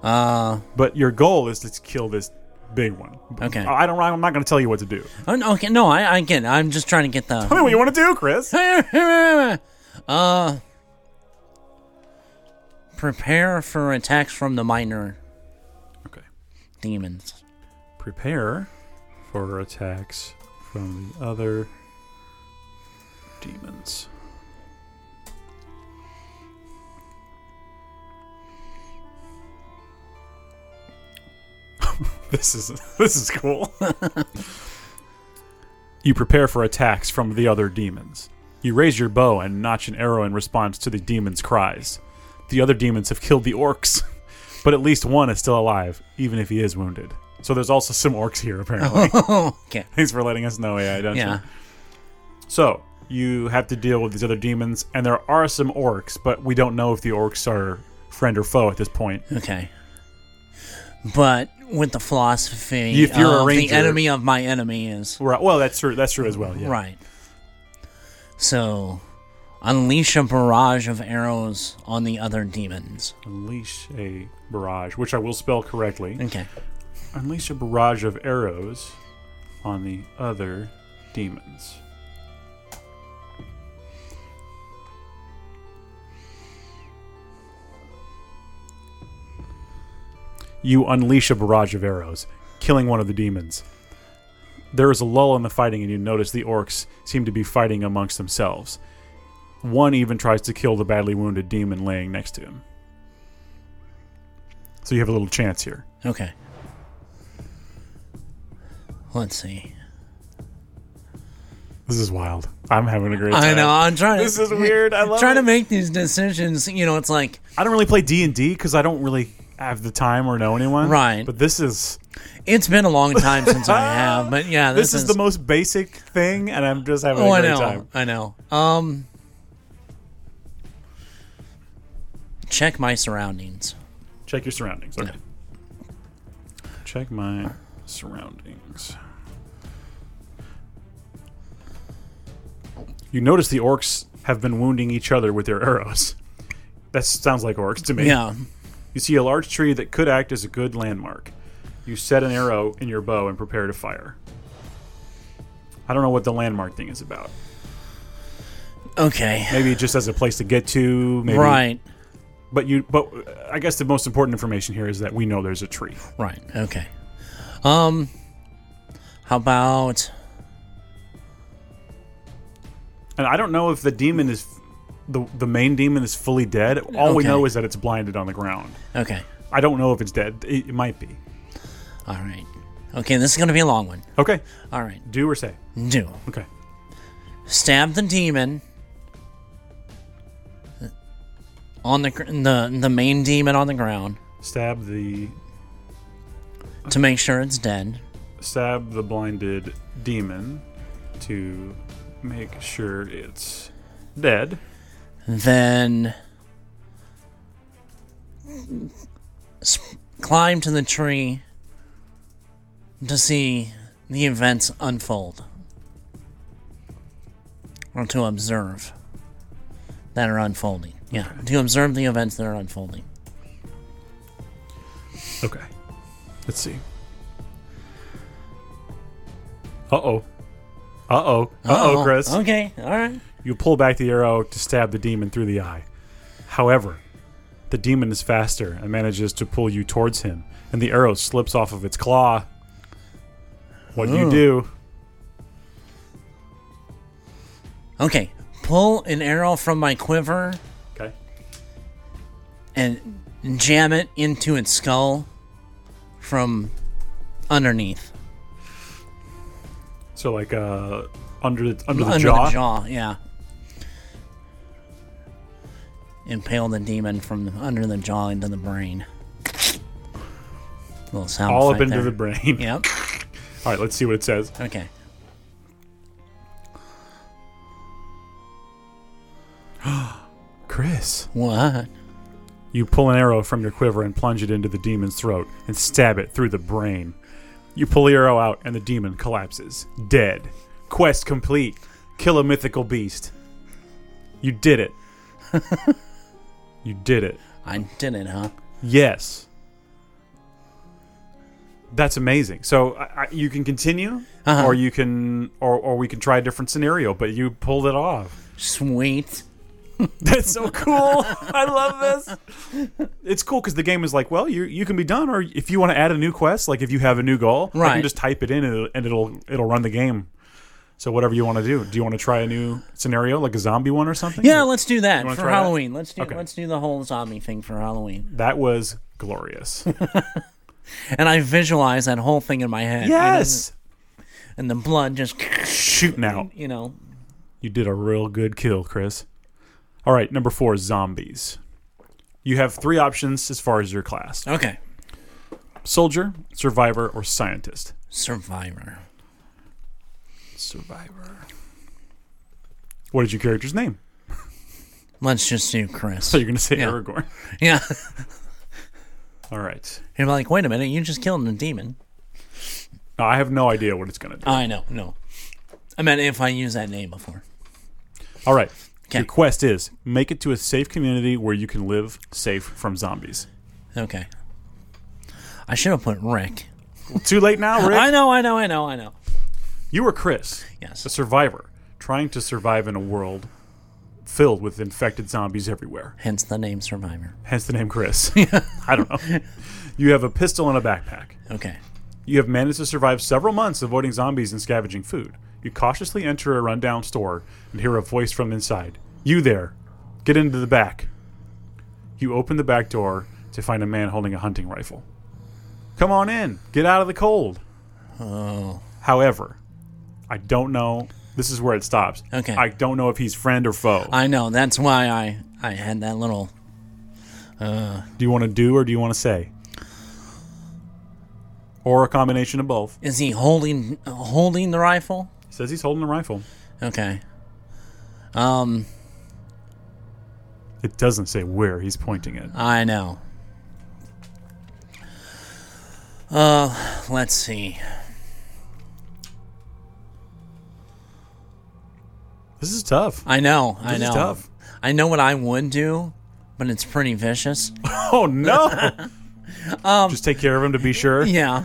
[SPEAKER 2] Uh,
[SPEAKER 1] But your goal is to kill this big one.
[SPEAKER 2] Okay.
[SPEAKER 1] I don't. I'm not going to tell you what to do.
[SPEAKER 2] oh, no, okay, no, I, I get it. I'm just trying to get
[SPEAKER 1] Tell
[SPEAKER 2] the.
[SPEAKER 1] me what you want to do, Chris.
[SPEAKER 2] Uh, prepare for attacks from the minor
[SPEAKER 1] Okay.
[SPEAKER 2] demons.
[SPEAKER 1] Prepare for attacks from the other demons. this is this is cool. you prepare for attacks from the other demons. You raise your bow and notch an arrow in response to the demons' cries. The other demons have killed the orcs, but at least one is still alive, even if he is wounded. So there's also some orcs here apparently.
[SPEAKER 2] okay.
[SPEAKER 1] Thanks for letting us know, AI. Don't you?
[SPEAKER 2] Yeah.
[SPEAKER 1] So you have to deal with these other demons, and there are some orcs, but we don't know if the orcs are friend or foe at this point.
[SPEAKER 2] Okay. But with the philosophy
[SPEAKER 1] If you're a
[SPEAKER 2] of the
[SPEAKER 1] ranger-
[SPEAKER 2] enemy of my enemy is
[SPEAKER 1] Right. Well, that's true. That's true as well. Yeah.
[SPEAKER 2] Right. So, unleash a barrage of arrows on the other demons.
[SPEAKER 1] Unleash a barrage, which I will spell correctly.
[SPEAKER 2] Okay.
[SPEAKER 1] Unleash a barrage of arrows on the other demons. You unleash a barrage of arrows, killing one of the demons. There is a lull in the fighting, and you notice the orcs seem to be fighting amongst themselves. One even tries to kill the badly wounded demon laying next to him. So you have a little chance here.
[SPEAKER 2] Okay. Let's see.
[SPEAKER 1] This is wild. I'm having a great time.
[SPEAKER 2] I know. I'm trying.
[SPEAKER 1] This is weird. I love
[SPEAKER 2] trying to
[SPEAKER 1] it.
[SPEAKER 2] make these decisions. You know, it's like
[SPEAKER 1] I don't really play D and D because I don't really have the time or know anyone.
[SPEAKER 2] Right.
[SPEAKER 1] But this is
[SPEAKER 2] it's been a long time since I have, but yeah,
[SPEAKER 1] this,
[SPEAKER 2] this,
[SPEAKER 1] is, the most basic thing, and I'm just having
[SPEAKER 2] Oh,
[SPEAKER 1] a
[SPEAKER 2] I
[SPEAKER 1] great
[SPEAKER 2] know.
[SPEAKER 1] time.
[SPEAKER 2] I know. Um, check my surroundings.
[SPEAKER 1] Check your surroundings. Okay. Check my surroundings. You notice the orcs have been wounding each other with their arrows. That sounds like orcs to me.
[SPEAKER 2] Yeah.
[SPEAKER 1] You see a large tree that could act as a good landmark. You set an arrow in your bow and prepare to fire. I don't know what the landmark thing is about.
[SPEAKER 2] Okay.
[SPEAKER 1] Maybe just as a place to get to. Maybe,
[SPEAKER 2] Right.
[SPEAKER 1] But you. But uh, I guess the most important information here is that we know there's a tree.
[SPEAKER 2] Right. Okay. Um. How about?
[SPEAKER 1] And I don't know if the demon is the the main demon is fully dead. All we
[SPEAKER 2] Okay.
[SPEAKER 1] know is that it's blinded on the ground.
[SPEAKER 2] Okay.
[SPEAKER 1] I don't know if it's dead. It, it might be.
[SPEAKER 2] All right. Okay. This is gonna be a long one.
[SPEAKER 1] Okay.
[SPEAKER 2] All right.
[SPEAKER 1] Do or say.
[SPEAKER 2] Do
[SPEAKER 1] Okay.
[SPEAKER 2] stab the demon on the gr- the the main demon on the ground
[SPEAKER 1] Stab the
[SPEAKER 2] to make sure it's dead.
[SPEAKER 1] stab the blinded demon to make sure it's dead.
[SPEAKER 2] Then s- climb to the tree to see the events unfold or to observe that are unfolding. Yeah, to observe the events that are unfolding.
[SPEAKER 1] Okay. Let's see. Uh oh. Uh oh. Uh oh, Chris.
[SPEAKER 2] Okay, all right.
[SPEAKER 1] You pull back the arrow to stab the demon through the eye. However, the demon is faster and manages to pull you towards him, and the arrow slips off of its claw. What do you
[SPEAKER 2] Ooh.
[SPEAKER 1] do?
[SPEAKER 2] Okay, pull an arrow from my quiver
[SPEAKER 1] Okay.
[SPEAKER 2] and jam it into its skull from underneath.
[SPEAKER 1] So like uh under the under the
[SPEAKER 2] under
[SPEAKER 1] jaw.
[SPEAKER 2] the jaw, yeah. Impale the demon from under the jaw into the brain. Little sound
[SPEAKER 1] all up
[SPEAKER 2] effect
[SPEAKER 1] into
[SPEAKER 2] there.
[SPEAKER 1] the brain.
[SPEAKER 2] Yep.
[SPEAKER 1] All right, let's see what it says.
[SPEAKER 2] Okay.
[SPEAKER 1] Chris,
[SPEAKER 2] What?
[SPEAKER 1] you pull an arrow from your quiver and plunge it into the demon's throat and stab it through the brain. You pull the arrow out and the demon collapses, dead. Quest complete. Kill a mythical beast. You did it. you did it.
[SPEAKER 2] I did it, huh?
[SPEAKER 1] Yes. That's amazing. So I, I, you can continue,
[SPEAKER 2] Uh-huh.
[SPEAKER 1] or you can, or, or we can try a different scenario. But you pulled it off.
[SPEAKER 2] Sweet.
[SPEAKER 1] That's so cool. I love this. It's cool because the game is like, well, you you can be done, or if you want to add a new quest, like if you have a new goal, you
[SPEAKER 2] Right.
[SPEAKER 1] can just type it in and it'll, and it'll it'll run the game. So whatever you want to do. Do you want to try a new scenario, like a zombie one or something?
[SPEAKER 2] Yeah, let's do that
[SPEAKER 1] wanna
[SPEAKER 2] for
[SPEAKER 1] try that?
[SPEAKER 2] Halloween. Let's do
[SPEAKER 1] Okay.
[SPEAKER 2] let's do the whole zombie thing for Halloween.
[SPEAKER 1] That was glorious.
[SPEAKER 2] And I visualize that whole thing in my head. you know,
[SPEAKER 1] yes.
[SPEAKER 2] and the blood just
[SPEAKER 1] Shooting out.
[SPEAKER 2] you know.
[SPEAKER 1] You did a real good kill, Chris. All right, number four zombies. You have three options as far as your class
[SPEAKER 2] Okay.
[SPEAKER 1] soldier, survivor, or scientist.
[SPEAKER 2] Survivor.
[SPEAKER 1] Survivor. What is your character's name?
[SPEAKER 2] Let's just do Chris.
[SPEAKER 1] So you're going to say
[SPEAKER 2] Yeah.
[SPEAKER 1] Aragorn.
[SPEAKER 2] yeah.
[SPEAKER 1] All right.
[SPEAKER 2] You're like, wait a minute, you just killed a demon.
[SPEAKER 1] Now, I have no idea what it's going to do.
[SPEAKER 2] I know, no. I meant if I used that name before.
[SPEAKER 1] All right.
[SPEAKER 2] Okay.
[SPEAKER 1] Your quest is make it to a safe community where you can live safe from zombies.
[SPEAKER 2] Okay. I should have put Rick.
[SPEAKER 1] Too late now, Rick?
[SPEAKER 2] I know, I know, I know, I know.
[SPEAKER 1] You were Chris.
[SPEAKER 2] Yes.
[SPEAKER 1] A survivor, trying to survive in a world filled with infected zombies everywhere.
[SPEAKER 2] Hence the name Survivor.
[SPEAKER 1] Hence the name Chris. I don't know. You have a pistol and a backpack.
[SPEAKER 2] Okay.
[SPEAKER 1] You have managed to survive several months avoiding zombies and scavenging food. You cautiously enter a rundown store and hear a voice from inside. You there. Get into the back. You open the back door to find a man holding a hunting rifle. Come on in. Get out of the cold.
[SPEAKER 2] Oh.
[SPEAKER 1] However, I don't know. This is where it stops.
[SPEAKER 2] Okay.
[SPEAKER 1] I don't know if he's friend or foe.
[SPEAKER 2] I know, that's why I I had that little
[SPEAKER 1] Do you want to do or do you want to say? Or a combination of both.
[SPEAKER 2] Is he holding holding the rifle?
[SPEAKER 1] says he's holding a rifle.
[SPEAKER 2] Okay. Um,
[SPEAKER 1] It doesn't say where he's pointing it.
[SPEAKER 2] I know. Uh, let's see.
[SPEAKER 1] This is tough.
[SPEAKER 2] I know, I
[SPEAKER 1] This
[SPEAKER 2] know.
[SPEAKER 1] is tough.
[SPEAKER 2] I know what I would do, but it's pretty vicious.
[SPEAKER 1] Oh no.
[SPEAKER 2] Um,
[SPEAKER 1] Just take care of him to be sure.
[SPEAKER 2] Yeah.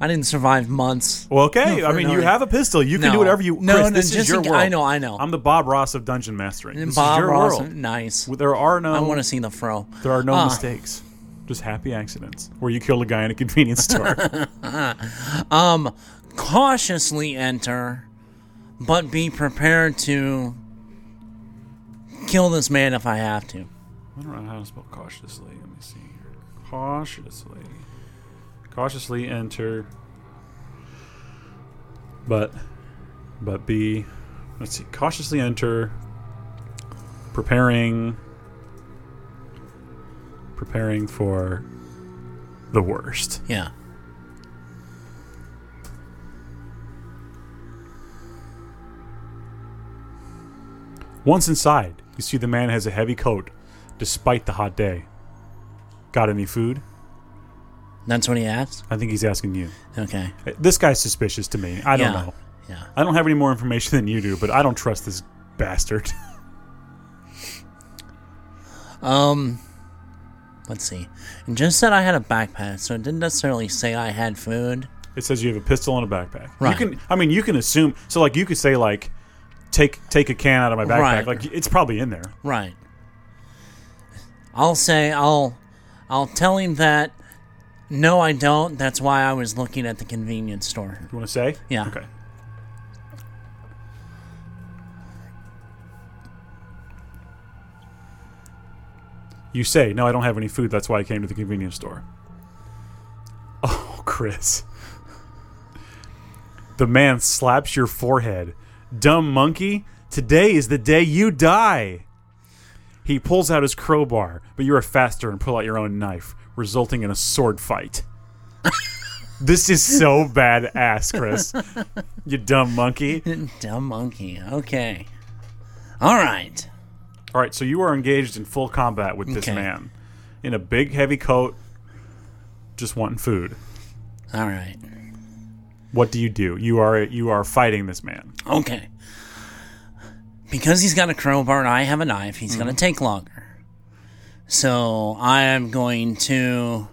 [SPEAKER 2] I didn't survive months.
[SPEAKER 1] Well, okay.
[SPEAKER 2] No,
[SPEAKER 1] I
[SPEAKER 2] for-
[SPEAKER 1] mean,
[SPEAKER 2] no,
[SPEAKER 1] you
[SPEAKER 2] I-
[SPEAKER 1] have a pistol. You can
[SPEAKER 2] No.
[SPEAKER 1] do whatever you.
[SPEAKER 2] No,
[SPEAKER 1] Chris,
[SPEAKER 2] no,
[SPEAKER 1] this is
[SPEAKER 2] just
[SPEAKER 1] your
[SPEAKER 2] in ca-
[SPEAKER 1] world.
[SPEAKER 2] I know, I know.
[SPEAKER 1] I'm the Bob Ross of dungeon mastering.
[SPEAKER 2] And
[SPEAKER 1] this is
[SPEAKER 2] Bob
[SPEAKER 1] your
[SPEAKER 2] Ross,
[SPEAKER 1] world.
[SPEAKER 2] nice.
[SPEAKER 1] There are no.
[SPEAKER 2] I want to see the fro.
[SPEAKER 1] There are no
[SPEAKER 2] Ah.
[SPEAKER 1] mistakes. Just happy accidents where you killed a guy in a convenience store.
[SPEAKER 2] Um, cautiously enter, but be prepared to kill this man if I have to.
[SPEAKER 1] I don't know how to spell cautiously. Let me see here. Cautiously. Cautiously enter. But, but be, let's see. Cautiously enter. Preparing. Preparing for the worst.
[SPEAKER 2] Yeah.
[SPEAKER 1] Once inside, you see the man has a heavy coat, despite the hot day. Got any food?
[SPEAKER 2] That's what he asked?
[SPEAKER 1] I think he's asking you.
[SPEAKER 2] Okay.
[SPEAKER 1] This guy's suspicious to me. I don't
[SPEAKER 2] Yeah.
[SPEAKER 1] know.
[SPEAKER 2] Yeah.
[SPEAKER 1] I don't have any more information than you do, but I don't trust this bastard.
[SPEAKER 2] Um, let's see. It just said I had a backpack, so it didn't necessarily say I had food.
[SPEAKER 1] It says you have a pistol and a backpack.
[SPEAKER 2] Right.
[SPEAKER 1] You can I mean you can assume so like you could say like take take a can out of my backpack.
[SPEAKER 2] Right.
[SPEAKER 1] Like it's probably in there.
[SPEAKER 2] Right. I'll say I'll I'll tell him that no I don't. That's why I was looking at the convenience store.
[SPEAKER 1] You wanna say?
[SPEAKER 2] Yeah.
[SPEAKER 1] Okay. You say, no, I don't have any food, that's why I came to the convenience store. Oh, Chris. The man slaps your forehead. Dumb monkey, today is the day you die. He pulls out his crowbar, but you are faster and pull out your own knife, resulting in a sword fight. this is so badass, Chris. You dumb monkey.
[SPEAKER 2] Dumb monkey. Okay. All right.
[SPEAKER 1] All right, so you are engaged in full combat with this
[SPEAKER 2] Okay.
[SPEAKER 1] man in a big, heavy coat, just wanting food.
[SPEAKER 2] All right.
[SPEAKER 1] What do you do? You are you are fighting this man.
[SPEAKER 2] Okay. Because he's got a crowbar and I have a knife, he's going to take longer. So I am going to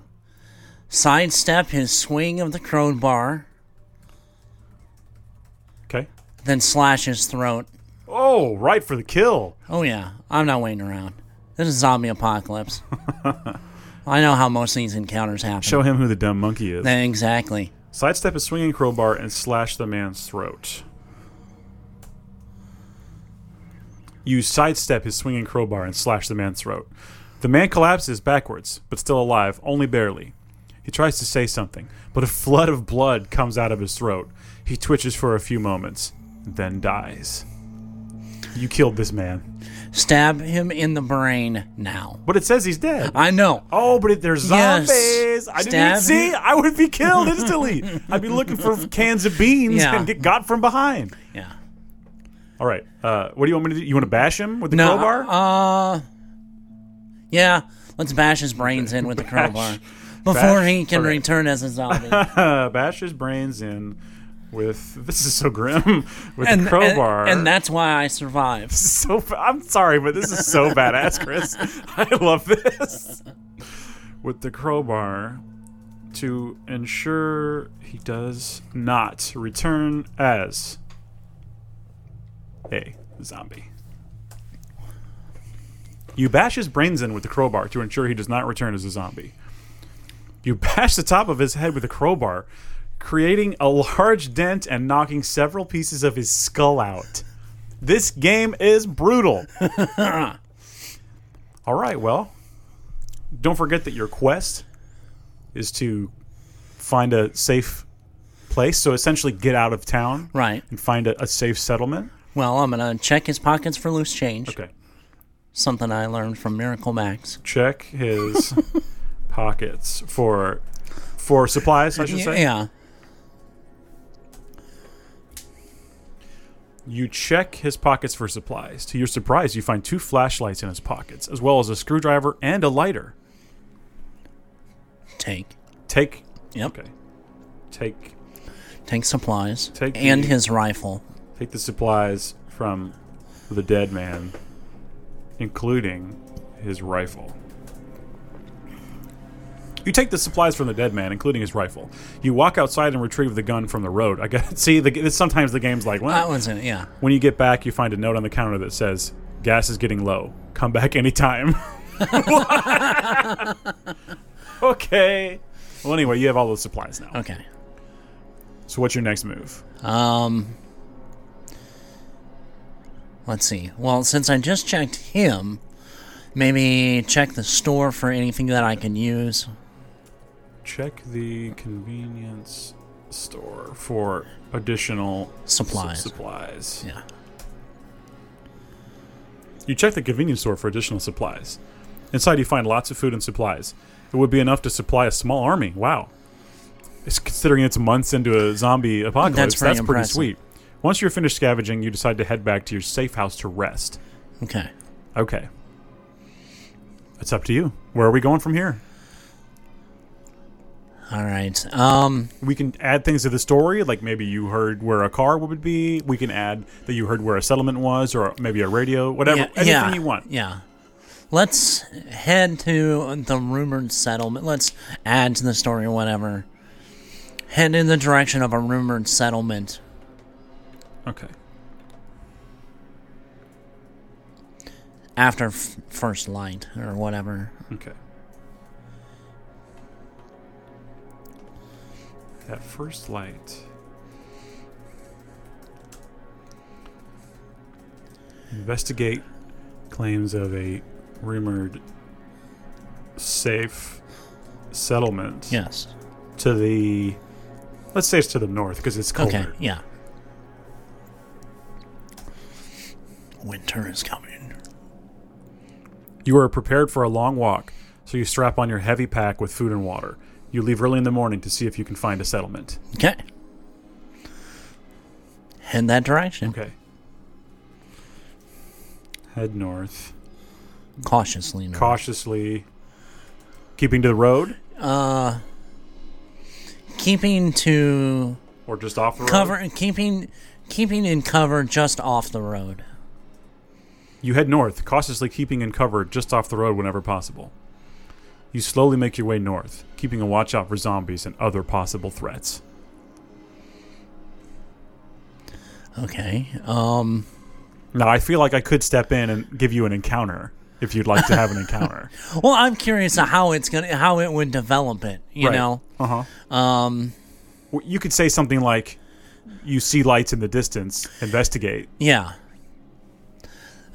[SPEAKER 2] sidestep his swing of the crowbar,
[SPEAKER 1] Okay.
[SPEAKER 2] then slash his throat.
[SPEAKER 1] Oh, right for the kill.
[SPEAKER 2] Oh, yeah. I'm not waiting around. This is zombie apocalypse. I know how most of these encounters happen.
[SPEAKER 1] Show him who the dumb monkey is.
[SPEAKER 2] Exactly.
[SPEAKER 1] Sidestep a swinging crowbar and slash the man's throat. You sidestep his swinging crowbar and slash the man's throat. The man collapses backwards, but still alive, only barely. He tries to say something, but a flood of blood comes out of his throat. He twitches for a few moments, then dies. You killed this man.
[SPEAKER 2] Stab him in the brain now.
[SPEAKER 1] But it says he's dead.
[SPEAKER 2] I know.
[SPEAKER 1] Oh, but if there's
[SPEAKER 2] Yes.
[SPEAKER 1] zombies, I didn't even
[SPEAKER 2] Stab
[SPEAKER 1] see.
[SPEAKER 2] him.
[SPEAKER 1] I would be killed instantly. I'd be looking for cans of beans
[SPEAKER 2] Yeah.
[SPEAKER 1] and get got from behind.
[SPEAKER 2] Yeah.
[SPEAKER 1] All right, uh, what do you want me to do? You want to bash him with the
[SPEAKER 2] No.
[SPEAKER 1] crowbar?
[SPEAKER 2] Uh. Yeah. Let's bash his brains in with the crowbar before
[SPEAKER 1] Bash.
[SPEAKER 2] he can
[SPEAKER 1] All right.
[SPEAKER 2] return as a zombie.
[SPEAKER 1] Uh, bash his brains in with this is so grim with
[SPEAKER 2] and uh,
[SPEAKER 1] the crowbar.
[SPEAKER 2] And, and that's why I survived.
[SPEAKER 1] This is so. fa- I'm sorry, but this is so badass, Chris. I love this. With the crowbar to ensure he does not return as a zombie. You bash his brains in with the crowbar to ensure he does not return as a zombie. You bash the top of his head with a crowbar, creating a large dent and knocking several pieces of his skull out. This game is brutal. All right, well, don't forget that your quest is to find a safe place. So essentially, get out of town
[SPEAKER 2] Right.
[SPEAKER 1] and find a, a safe settlement.
[SPEAKER 2] Well, I'm gonna check his pockets for loose change.
[SPEAKER 1] Okay.
[SPEAKER 2] Something I learned from Miracle Max.
[SPEAKER 1] Check his pockets for for supplies. I should say.
[SPEAKER 2] Yeah.
[SPEAKER 1] You check his pockets for supplies. To your surprise, you find two flashlights in his pockets, as well as a screwdriver and a lighter.
[SPEAKER 2] Take.
[SPEAKER 1] Take.
[SPEAKER 2] Yep.
[SPEAKER 1] Okay. Take
[SPEAKER 2] Take supplies.
[SPEAKER 1] Take
[SPEAKER 2] and
[SPEAKER 1] the-
[SPEAKER 2] his rifle.
[SPEAKER 1] take the supplies from the dead man, including his rifle. You take the supplies from the dead man, including his rifle. You walk outside and retrieve the gun from the road. I got see. The, it's- sometimes the game's like,
[SPEAKER 2] That
[SPEAKER 1] well,
[SPEAKER 2] was it. Yeah.
[SPEAKER 1] when you get back, you find a note on the counter that says, "Gas is getting low. Come back anytime." okay. Well, anyway, you have all those supplies now.
[SPEAKER 2] Okay.
[SPEAKER 1] So, what's your next move?
[SPEAKER 2] Um, let's see. Well, since I just checked him, maybe check the store for anything that I can use.
[SPEAKER 1] Check the convenience store for additional
[SPEAKER 2] Supplies.
[SPEAKER 1] su- supplies.
[SPEAKER 2] Yeah.
[SPEAKER 1] You check the convenience store for additional supplies. Inside, you find lots of food and supplies. It would be enough to supply a small army. Wow. It's considering it's months into a zombie apocalypse.
[SPEAKER 2] That's pretty
[SPEAKER 1] pretty
[SPEAKER 2] impressive.
[SPEAKER 1] sweet. Once you're finished scavenging, you decide to head back to your safe house to rest.
[SPEAKER 2] Okay.
[SPEAKER 1] Okay. It's up to you. Where are we going from here?
[SPEAKER 2] All right. Um,
[SPEAKER 1] we can add things to the story like maybe you heard where a car would be we can add that you heard where a settlement was or maybe a radio whatever
[SPEAKER 2] yeah,
[SPEAKER 1] anything
[SPEAKER 2] yeah,
[SPEAKER 1] you want
[SPEAKER 2] Yeah. Let's head to the rumored settlement. Let's add to the story, whatever. Head in the direction of a rumored settlement.
[SPEAKER 1] okay
[SPEAKER 2] After f- first light or whatever.
[SPEAKER 1] okay that first light investigate claims of a rumored safe settlement
[SPEAKER 2] Yes.
[SPEAKER 1] to the let's say it's to the north because it's colder
[SPEAKER 2] Okay, yeah. Winter is coming.
[SPEAKER 1] You are prepared for a long walk, so you strap on your heavy pack with food and water. You leave early in the morning to see if you can find a settlement.
[SPEAKER 2] Okay. Head that direction.
[SPEAKER 1] Okay. Head north.
[SPEAKER 2] Cautiously. no.
[SPEAKER 1] Cautiously. Keeping to the road
[SPEAKER 2] keeping to
[SPEAKER 1] or just off the road?
[SPEAKER 2] cover keeping keeping in cover just off the road.
[SPEAKER 1] You head north, cautiously keeping in cover just off the road whenever possible. You slowly make your way north, keeping a watch out for zombies and other possible threats.
[SPEAKER 2] Okay. Um
[SPEAKER 1] Now, I feel like I could step in and give you an encounter if you'd like to have an encounter.
[SPEAKER 2] well I'm curious to how it's gonna how it would develop it, you know.
[SPEAKER 1] Uh
[SPEAKER 2] Um
[SPEAKER 1] huh. You could say something like, "You see lights in the distance. Investigate."
[SPEAKER 2] yeah.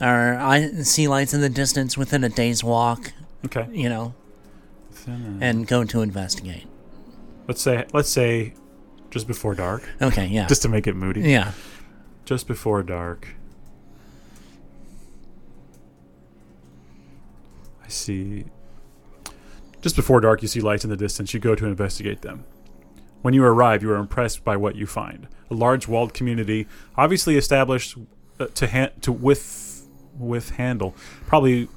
[SPEAKER 2] Or I see lights in the distance within a day's walk,
[SPEAKER 1] Okay.
[SPEAKER 2] you know, and go to investigate.
[SPEAKER 1] Let's say let's say just before dark,
[SPEAKER 2] Okay, yeah.
[SPEAKER 1] just to make it moody.
[SPEAKER 2] yeah.
[SPEAKER 1] Just before dark. I see. Just before dark, you see lights in the distance. You go to investigate them. When you arrive, you are impressed by what you find. A large walled community, obviously established uh, to han- to with with handle, probably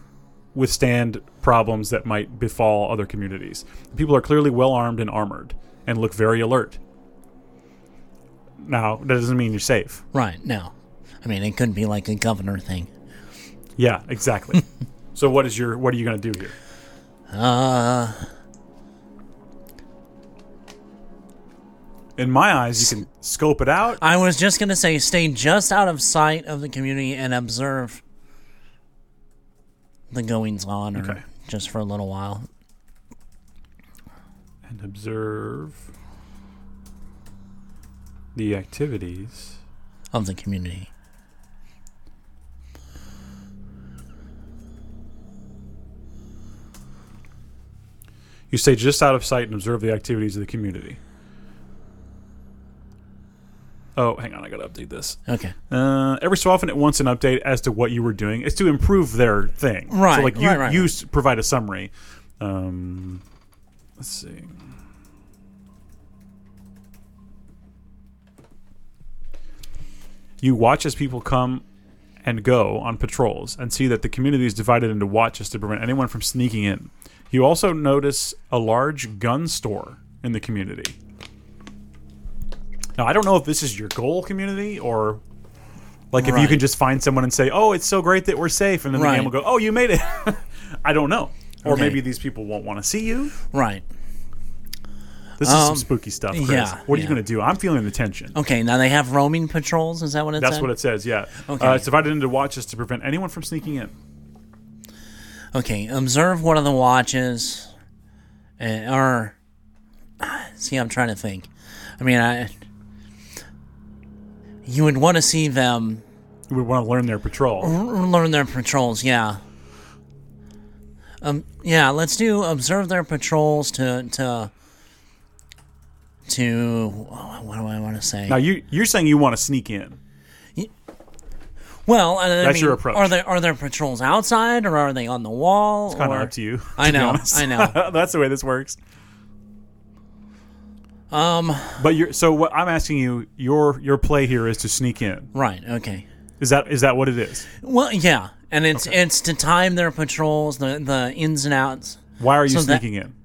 [SPEAKER 1] withstand problems that might befall other communities. The people are clearly well armed and armored and look very alert. Now, that doesn't mean you're safe.
[SPEAKER 2] Right, no. I mean it could be like a governor thing.
[SPEAKER 1] Yeah, exactly. so what is your what are you going to do here?
[SPEAKER 2] Uh
[SPEAKER 1] In my eyes, you can scope it out.
[SPEAKER 2] I was just gonna say, stay just out of sight of the community and observe the goings on, or
[SPEAKER 1] Okay.
[SPEAKER 2] just for a little while.
[SPEAKER 1] and observe the activities.
[SPEAKER 2] of the community.
[SPEAKER 1] You stay just out of sight and observe the activities of the community. Oh, hang on, I got to update this.
[SPEAKER 2] Okay.
[SPEAKER 1] Uh, every so often, it wants an update as to what you were doing. It's to improve their thing. So,
[SPEAKER 2] Right,
[SPEAKER 1] like you,
[SPEAKER 2] right, right,
[SPEAKER 1] you
[SPEAKER 2] right.
[SPEAKER 1] s provide a summary. Um, let's see. You watch as people come and go on patrols and see that the community is divided into watches to prevent anyone from sneaking in. You also notice a large gun store in the community. Now, I don't know if this is your goal community or like if you
[SPEAKER 2] Right.
[SPEAKER 1] can just find someone and say, "Oh, it's so great that we're safe," and then the
[SPEAKER 2] Right.
[SPEAKER 1] game will go, "Oh, you made it." I don't know. Or
[SPEAKER 2] Okay.
[SPEAKER 1] maybe these people won't want to see you.
[SPEAKER 2] Right.
[SPEAKER 1] This is some
[SPEAKER 2] Um,
[SPEAKER 1] spooky stuff. Chris.
[SPEAKER 2] yeah,
[SPEAKER 1] What are you
[SPEAKER 2] yeah. Oh,
[SPEAKER 1] going to do? I'm feeling the tension.
[SPEAKER 2] Okay. Now they have roaming patrols. Is that what it
[SPEAKER 1] That's
[SPEAKER 2] said?
[SPEAKER 1] what it says. Yeah.
[SPEAKER 2] Okay.
[SPEAKER 1] Uh, it's divided into watches to prevent anyone from sneaking in.
[SPEAKER 2] Okay. Observe one of the watches, and, or see. I'm trying to think. I mean, I. You would want to see them
[SPEAKER 1] We want to learn their patrol.
[SPEAKER 2] learn their patrols. Yeah. Um. Yeah. Let's do observe their patrols to to to what do I want to say?
[SPEAKER 1] Now you you're saying you want to sneak in.
[SPEAKER 2] well, I
[SPEAKER 1] That's
[SPEAKER 2] mean,
[SPEAKER 1] your approach.
[SPEAKER 2] Are there are there patrols outsed or are they on the wall?
[SPEAKER 1] Kind
[SPEAKER 2] or-
[SPEAKER 1] of up to you.
[SPEAKER 2] I
[SPEAKER 1] to be
[SPEAKER 2] know,
[SPEAKER 1] honest.
[SPEAKER 2] I know.
[SPEAKER 1] That's the way this works.
[SPEAKER 2] Um.
[SPEAKER 1] But you're so what I'm asking you your your play here is to sneak in.
[SPEAKER 2] Right. Okay.
[SPEAKER 1] Is that is that what it is?
[SPEAKER 2] Well, yeah, and it's it's to time their patrols, the the ins and outs.
[SPEAKER 1] Why are you
[SPEAKER 2] So that-
[SPEAKER 1] sneaking in?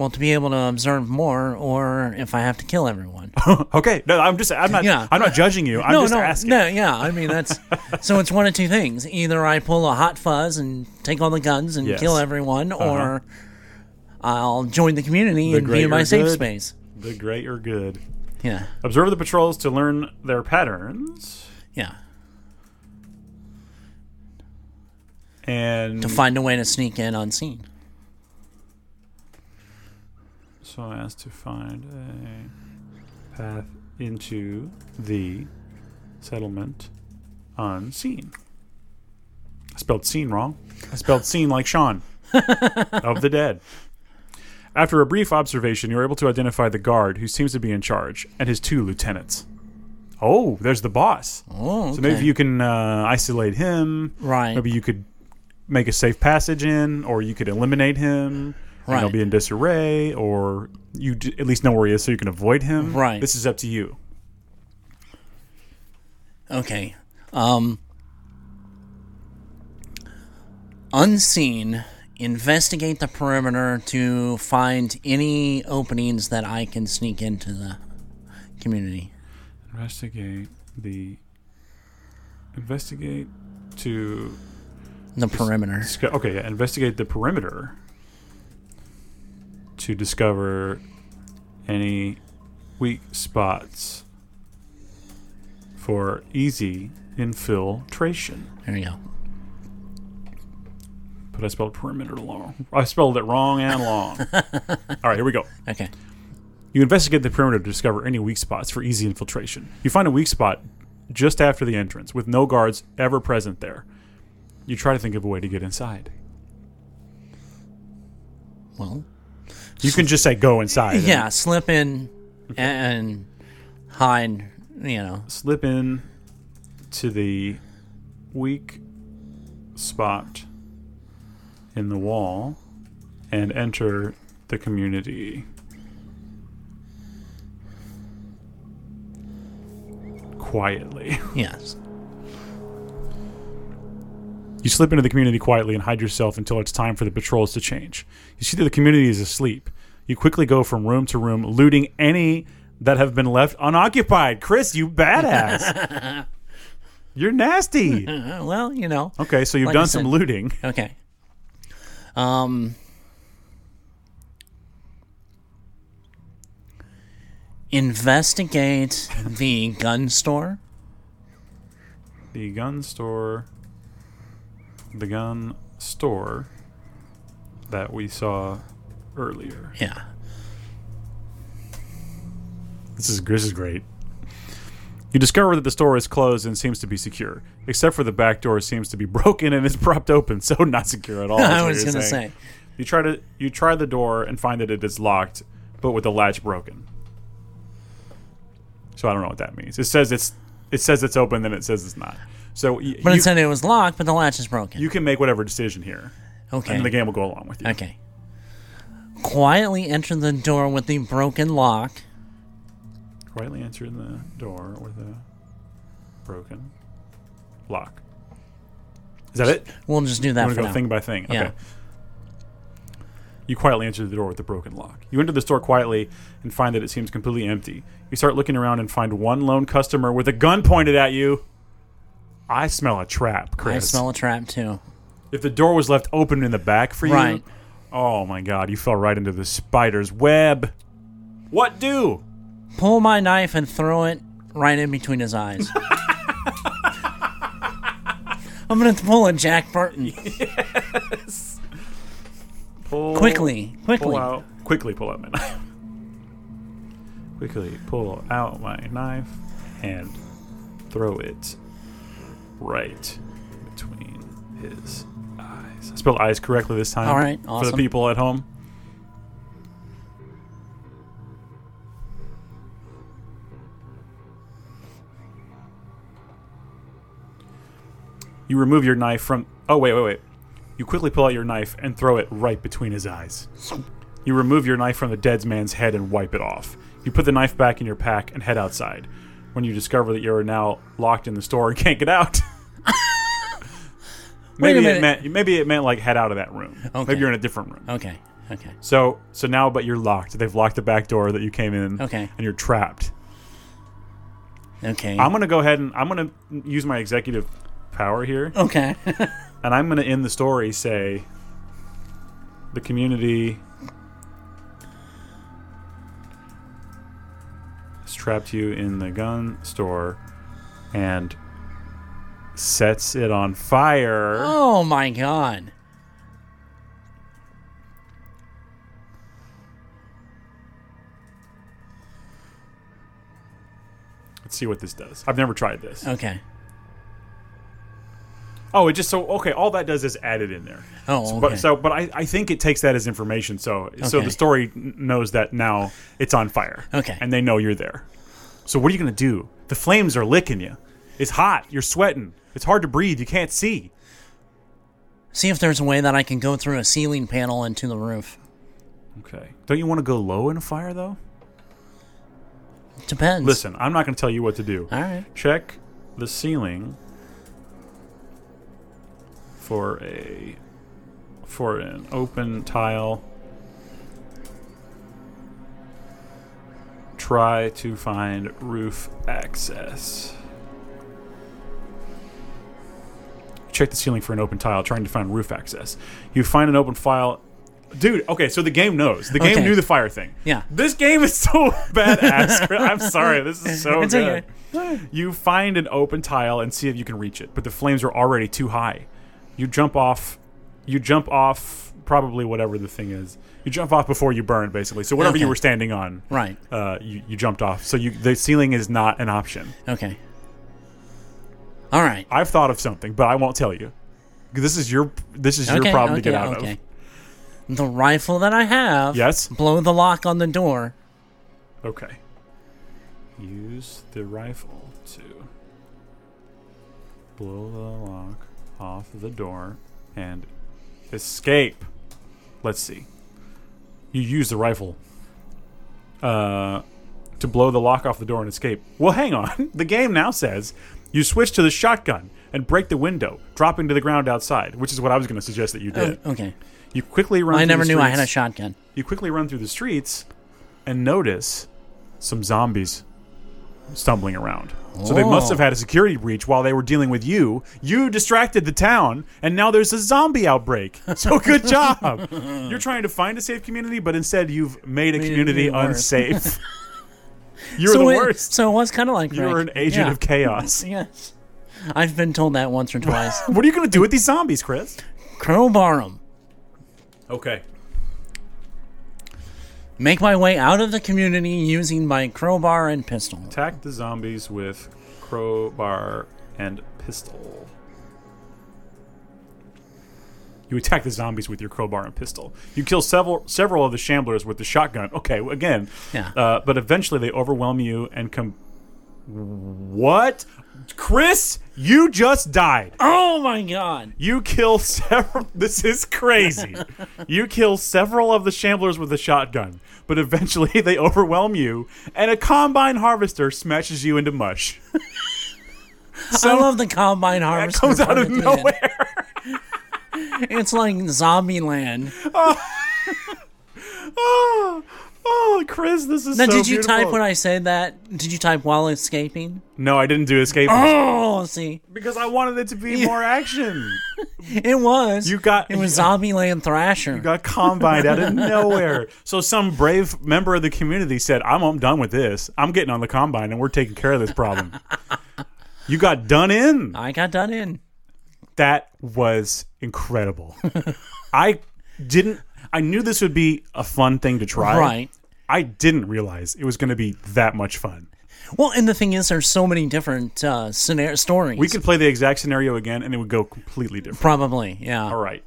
[SPEAKER 2] Well, to be able to observe more, or if I have to kill everyone.
[SPEAKER 1] okay. No, I'm just I'm not
[SPEAKER 2] Yeah.
[SPEAKER 1] I'm not judging you. I'm
[SPEAKER 2] no,
[SPEAKER 1] just
[SPEAKER 2] no,
[SPEAKER 1] asking.
[SPEAKER 2] no, yeah. I mean, that's so. It's one of two things: either I pull a hot fuzz and take all the guns and
[SPEAKER 1] Yes. Uh-huh.
[SPEAKER 2] kill everyone, or I'll join the community
[SPEAKER 1] The
[SPEAKER 2] and be
[SPEAKER 1] greater
[SPEAKER 2] in my safe
[SPEAKER 1] good.
[SPEAKER 2] space.
[SPEAKER 1] The great or good.
[SPEAKER 2] Yeah,
[SPEAKER 1] Observe the patrols to learn their patterns
[SPEAKER 2] yeah.
[SPEAKER 1] and
[SPEAKER 2] To find a way to sneak in unseen.
[SPEAKER 1] so as to find a path into the settlement unseen. I spelled seen wrong. I spelled seen like Sean of the dead. After a brief observation, you're able to identify the guard who seems to be in charge and his two lieutenants. Oh, there's the boss.
[SPEAKER 2] Oh, okay.
[SPEAKER 1] So maybe you can uh, isolate him.
[SPEAKER 2] right,
[SPEAKER 1] Maybe you could make a safe passage in, or you could eliminate him, and he'll
[SPEAKER 2] Right.
[SPEAKER 1] be in disarray, or you d- at least know where he is so you can avoid him.
[SPEAKER 2] Right.
[SPEAKER 1] This is up to you.
[SPEAKER 2] Okay. Um unseen investigate the perimeter to find any openings that I can sneak into the community.
[SPEAKER 1] Investigate the. Investigate to.
[SPEAKER 2] The perimeter.
[SPEAKER 1] disco- Okay, yeah, investigate the perimeter to discover any weak spots for easy infiltration.
[SPEAKER 2] There you go.
[SPEAKER 1] But I spelled perimeter long. I spelled it wrong and long. All right, here we go.
[SPEAKER 2] Okay.
[SPEAKER 1] You investigate the perimeter to discover any weak spots for easy infiltration. You find a weak spot just after the entrance, with no guards ever present there. You try to think of a way to get inside.
[SPEAKER 2] Well,
[SPEAKER 1] You can just say go inside. and
[SPEAKER 2] yeah, slip in and hide, you know.
[SPEAKER 1] slip in to the weak spot in the wall and enter the community. Quietly.
[SPEAKER 2] Yes.
[SPEAKER 1] You slip into the community quietly and hide yourself until it's time for the patrols to change. You see that the community is asleep. You quickly go from room to room, looting any that have been left unoccupied. Chris, you badass. You're nasty.
[SPEAKER 2] Uh, well, you know.
[SPEAKER 1] Okay, so you've
[SPEAKER 2] Like I
[SPEAKER 1] done some
[SPEAKER 2] said.
[SPEAKER 1] looting.
[SPEAKER 2] Okay. Um. Investigate the gun store.
[SPEAKER 1] The gun store. The gun store that we saw earlier.
[SPEAKER 2] Yeah.
[SPEAKER 1] This is this is great. You discover that the store is closed and seems to be secure, except for the back door seems to be broken and is propped open, so not secure at all. is
[SPEAKER 2] I
[SPEAKER 1] what
[SPEAKER 2] was
[SPEAKER 1] you're
[SPEAKER 2] gonna
[SPEAKER 1] saying.
[SPEAKER 2] say.
[SPEAKER 1] you try to you try the door and find that it is locked, but with the latch broken. So I don't know what that means. It says it's it says it's open, then it says it's not. So y-
[SPEAKER 2] But
[SPEAKER 1] you,
[SPEAKER 2] it said it was locked, but the latch is broken.
[SPEAKER 1] you can make whatever decision here,
[SPEAKER 2] okay.
[SPEAKER 1] and the game will go along with you.
[SPEAKER 2] Okay. Quietly enter the door with the broken lock.
[SPEAKER 1] Quietly answer the door with a broken lock. Is that it?
[SPEAKER 2] We'll just do that
[SPEAKER 1] I'm
[SPEAKER 2] for
[SPEAKER 1] gonna
[SPEAKER 2] now.
[SPEAKER 1] go thing by thing. Okay.
[SPEAKER 2] Yeah.
[SPEAKER 1] You quietly enter the door with the broken lock. You enter the store quietly and find that it seems completely empty. You start looking around and find one lone customer with a gun pointed at you. I smell a trap,
[SPEAKER 2] I
[SPEAKER 1] Chris.
[SPEAKER 2] smell a trap too.
[SPEAKER 1] if the door was left open in the back for you,
[SPEAKER 2] Right.
[SPEAKER 1] oh my god, you fell right into the spider's web. What do?
[SPEAKER 2] Pull my knife and throw it right in between his eyes. I'm gonna pull a Jack Burton.
[SPEAKER 1] Pull-
[SPEAKER 2] Quickly, quickly.
[SPEAKER 1] Pull out. Quickly pull out my knife. quickly pull out my knife and throw it right between his eyes. I spelled eyes correctly this time.
[SPEAKER 2] All right,
[SPEAKER 1] For the
[SPEAKER 2] awesome.
[SPEAKER 1] people at home. You remove your knife from. Oh, wait, wait, wait. You quickly pull out your knife and throw it right between his eyes. You remove your knife from the dead man's head and wipe it off. You put the knife back in your pack and head outside. When you discover that you are now locked in the store and can't get out.
[SPEAKER 2] Wait a
[SPEAKER 1] maybe it
[SPEAKER 2] minute.
[SPEAKER 1] meant maybe it meant like head out of that room.
[SPEAKER 2] Okay.
[SPEAKER 1] Maybe you're in a different room.
[SPEAKER 2] Okay. Okay.
[SPEAKER 1] So so now but you're locked. They've locked the back door that you came in
[SPEAKER 2] Okay.
[SPEAKER 1] and you're trapped.
[SPEAKER 2] Okay.
[SPEAKER 1] I'm going to go ahead and I'm going to use my executive power here.
[SPEAKER 2] okay.
[SPEAKER 1] and I'm going to end the story say the community has trapped you in the gun store and sets it on fire.
[SPEAKER 2] oh my god.
[SPEAKER 1] Let's see what this does. I've never tried this.
[SPEAKER 2] Okay.
[SPEAKER 1] Oh, it just so okay. All that does is add it in there.
[SPEAKER 2] Oh,
[SPEAKER 1] So-
[SPEAKER 2] okay.
[SPEAKER 1] But so, but I, I think it takes that as information. So, so
[SPEAKER 2] Okay.
[SPEAKER 1] the story n- knows that now it's on fire.
[SPEAKER 2] Okay.
[SPEAKER 1] And they know you're there. So what are you gonna do? The flames are licking you. It's hot. You're sweating. It's hard to breathe. You can't see.
[SPEAKER 2] See if there's a way that I can go through a ceiling panel into the roof.
[SPEAKER 1] Okay. Don't you want to go low in a fire though?
[SPEAKER 2] Depends.
[SPEAKER 1] Listen, I'm not going to tell you what to do.
[SPEAKER 2] All right.
[SPEAKER 1] Check the ceiling for a for an open tile. Try to find roof access. Check the ceiling for an open tile, trying to find roof access. You find an open file. Dude, okay, so the game knows. The game
[SPEAKER 2] Okay.
[SPEAKER 1] knew the fire thing.
[SPEAKER 2] Yeah.
[SPEAKER 1] This game is so badass. Chris. I'm sorry. This is so
[SPEAKER 2] It's
[SPEAKER 1] good.
[SPEAKER 2] okay.
[SPEAKER 1] You find an open tile and see if you can reach it, but the flames are already too high. You jump off. You jump off probably whatever the thing is. You jump off before you burn, basically. So whatever you
[SPEAKER 2] Okay.
[SPEAKER 1] were standing on,
[SPEAKER 2] Right.
[SPEAKER 1] uh, you, you jumped off. So you, the ceiling is not an option.
[SPEAKER 2] Okay. All right.
[SPEAKER 1] I've thought of something, but I won't tell you. This is your this is
[SPEAKER 2] okay,
[SPEAKER 1] your problem
[SPEAKER 2] okay,
[SPEAKER 1] to get out of.
[SPEAKER 2] okay. The rifle that I have.
[SPEAKER 1] Yes?
[SPEAKER 2] Blow the lock on the door.
[SPEAKER 1] Okay. Use the rifle to blow the lock off the door and escape. Let's see. You use the rifle uh, to blow the lock off the door and escape. Well, hang on. The game now says you switch to the shotgun and break the window, dropping to the ground outside, which is what I was going to suggest that you did.
[SPEAKER 2] Oh, okay.
[SPEAKER 1] You quickly run.
[SPEAKER 2] I
[SPEAKER 1] through
[SPEAKER 2] never
[SPEAKER 1] the
[SPEAKER 2] knew I had a
[SPEAKER 1] streets-
[SPEAKER 2] shotgun.
[SPEAKER 1] you quickly run through the streets and notice some zombies stumbling around. So they must
[SPEAKER 2] Oh.
[SPEAKER 1] have had a security breach while they were dealing with you. You distracted the town, and now there's a zombie outbreak. So good job. You're trying to find a safe community, but instead you've made a
[SPEAKER 2] it
[SPEAKER 1] community
[SPEAKER 2] even worse.
[SPEAKER 1] unsafe. You're
[SPEAKER 2] so
[SPEAKER 1] the
[SPEAKER 2] it,
[SPEAKER 1] worst.
[SPEAKER 2] So it was kind of like
[SPEAKER 1] You're
[SPEAKER 2] Rick.
[SPEAKER 1] an agent
[SPEAKER 2] Yeah.
[SPEAKER 1] of chaos.
[SPEAKER 2] Yes. I've been told that once or twice.
[SPEAKER 1] What are you going to do with these zombies, Chris?
[SPEAKER 2] Crowbar 'em.
[SPEAKER 1] Okay.
[SPEAKER 2] Make my way out of the community using my crowbar and pistol.
[SPEAKER 1] Attack the zombies with crowbar and pistol. You attack the zombies with your crowbar and pistol. You kill several several of the shamblers with the shotgun. Okay, well, again.
[SPEAKER 2] Yeah.
[SPEAKER 1] Uh, but eventually they overwhelm you and come. What? Chris, you just died.
[SPEAKER 2] Oh my god.
[SPEAKER 1] You kill several. This is crazy. you kill several of the shamblers with a shotgun, but eventually they overwhelm you, and a combine harvester smashes you into mush.
[SPEAKER 2] I love the combine harvest.
[SPEAKER 1] Comes out of nowhere.
[SPEAKER 2] It's like zombie land.
[SPEAKER 1] oh, oh, Chris, this is
[SPEAKER 2] Now,
[SPEAKER 1] so
[SPEAKER 2] did you
[SPEAKER 1] beautiful.
[SPEAKER 2] type when I said that? Did you type while escaping?
[SPEAKER 1] No, I didn't do escape
[SPEAKER 2] Oh, see,
[SPEAKER 1] because I wanted it to be more action.
[SPEAKER 2] it was.
[SPEAKER 1] You got-
[SPEAKER 2] it was zombie land thrasher.
[SPEAKER 1] got combined out of nowhere. So some brave member of the community said, "I'm, I'm done with this. I'm getting on the combine, and we're taking care of this problem." you got done in.
[SPEAKER 2] I got done in.
[SPEAKER 1] That was incredible. I didn't. I knew this would be a fun thing to try.
[SPEAKER 2] Right.
[SPEAKER 1] I didn't realize it was going to be that much fun.
[SPEAKER 2] Well, and the thing is, there's so many different uh, scenar- stories.
[SPEAKER 1] We could play the exact scenario again, and it would go completely different.
[SPEAKER 2] probably, yeah.
[SPEAKER 1] All right.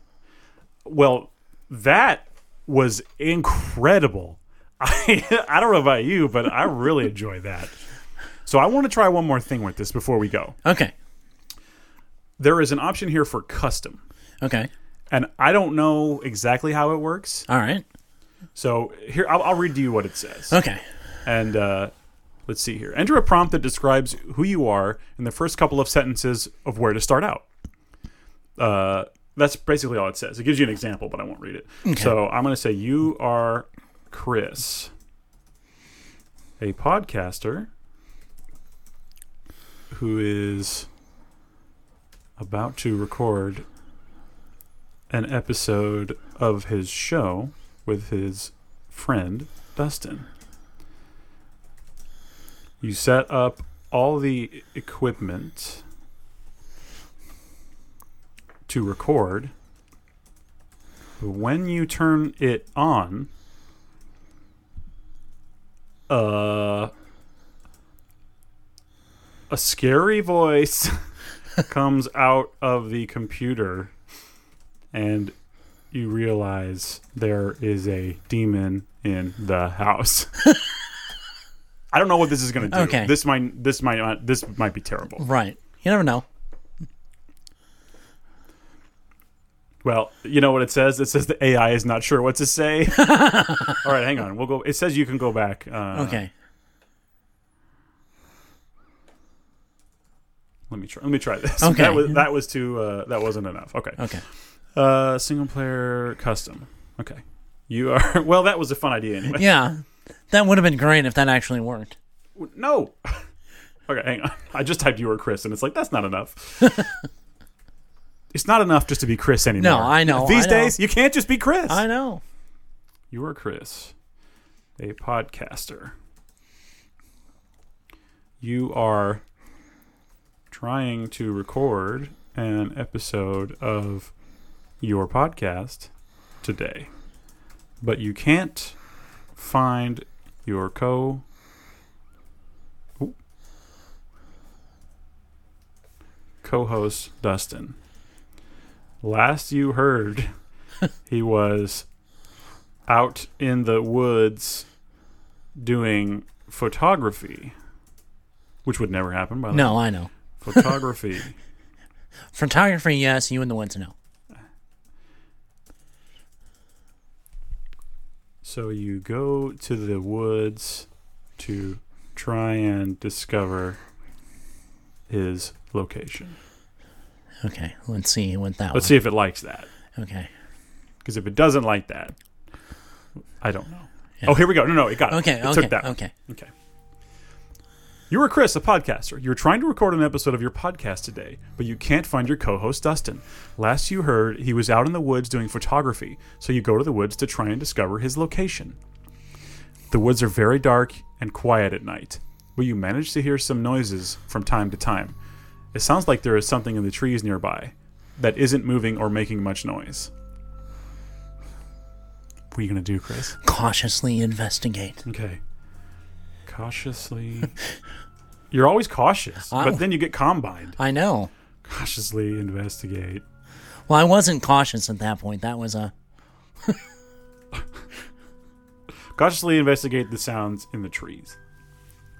[SPEAKER 1] Well, that was incredible. I I don't know about you, but I really enjoy that. So I want to try one more thing with this before we go.
[SPEAKER 2] Okay,
[SPEAKER 1] There is an option here for custom,
[SPEAKER 2] okay,
[SPEAKER 1] and I don't know exactly how it works.
[SPEAKER 2] all right,
[SPEAKER 1] So here, I'll, I'll read to you what it says.
[SPEAKER 2] okay.
[SPEAKER 1] And uh, let's see here. Enter a prompt that describes who you are in the first couple of sentences of where to start out. Uh, that's basically all it says. It gives you an example, but I won't read it. So I'm going to say, You are Chris, a podcaster who is about to record an episode of his show with his friend, Dustin. You set up all the equipment to record. But when you turn it on, uh, a scary voice comes out of the computer, and you realize there is a demon in the house. I don't know what this is going to do.
[SPEAKER 2] Okay.
[SPEAKER 1] This might this might not, this might be terrible.
[SPEAKER 2] Right, you never know.
[SPEAKER 1] Well, you know what it says? It says the AI is not sure what to say. All right, hang on. We'll go. It says you can go back. Uh,
[SPEAKER 2] Okay.
[SPEAKER 1] Let me try. Let me try this.
[SPEAKER 2] Okay.
[SPEAKER 1] That was that was too. Uh, that wasn't enough. Okay.
[SPEAKER 2] Okay.
[SPEAKER 1] Uh, single player custom. Okay. You are. Well, that was a fun idea anyway.
[SPEAKER 2] Yeah. That would have been great if that actually worked.
[SPEAKER 1] No. Okay, hang on. I just typed you were Chris, and it's like that's not enough. it's not enough just to be Chris anymore.
[SPEAKER 2] No, I know,
[SPEAKER 1] These
[SPEAKER 2] I know.
[SPEAKER 1] days, you can't just be Chris.
[SPEAKER 2] I know.
[SPEAKER 1] You were Chris, a podcaster. You are trying to record an episode of your podcast today, but you can't find your co. Ooh. Co-host Dustin. Last you heard, he was out in the woods doing photography, which would never happen by the way.
[SPEAKER 2] No, I know.
[SPEAKER 1] Photography.
[SPEAKER 2] Photography, yes. You and the woods, no.
[SPEAKER 1] so you go to the woods to try and discover his location.
[SPEAKER 2] Okay. Let's see what that
[SPEAKER 1] Let's
[SPEAKER 2] one.
[SPEAKER 1] see if it likes that.
[SPEAKER 2] Okay.
[SPEAKER 1] Because if it doesn't like that, I don't know.
[SPEAKER 2] Yeah.
[SPEAKER 1] Oh, here we go. No, no, it got it.
[SPEAKER 2] Okay.
[SPEAKER 1] It
[SPEAKER 2] okay.
[SPEAKER 1] took that.
[SPEAKER 2] Okay.
[SPEAKER 1] Okay. You were Chris, a podcaster. You were trying to record an episode of your podcast today, but you can't find your co host, Dustin. Last you heard, he was out in the woods doing photography, so you go to the woods to try and discover his location. The woods are very dark and quiet at night, but you manage to hear some noises from time to time. It sounds like there is something in the trees nearby that isn't moving or making much noise. What are you going to do, Chris?
[SPEAKER 2] Cautiously investigate.
[SPEAKER 1] Okay. Cautiously. You're always cautious,
[SPEAKER 2] I-
[SPEAKER 1] but then you get combined.
[SPEAKER 2] I know.
[SPEAKER 1] Cautiously investigate.
[SPEAKER 2] Well, I wasn't cautious at that point. That was a.
[SPEAKER 1] Cautiously investigate the sounds in the trees.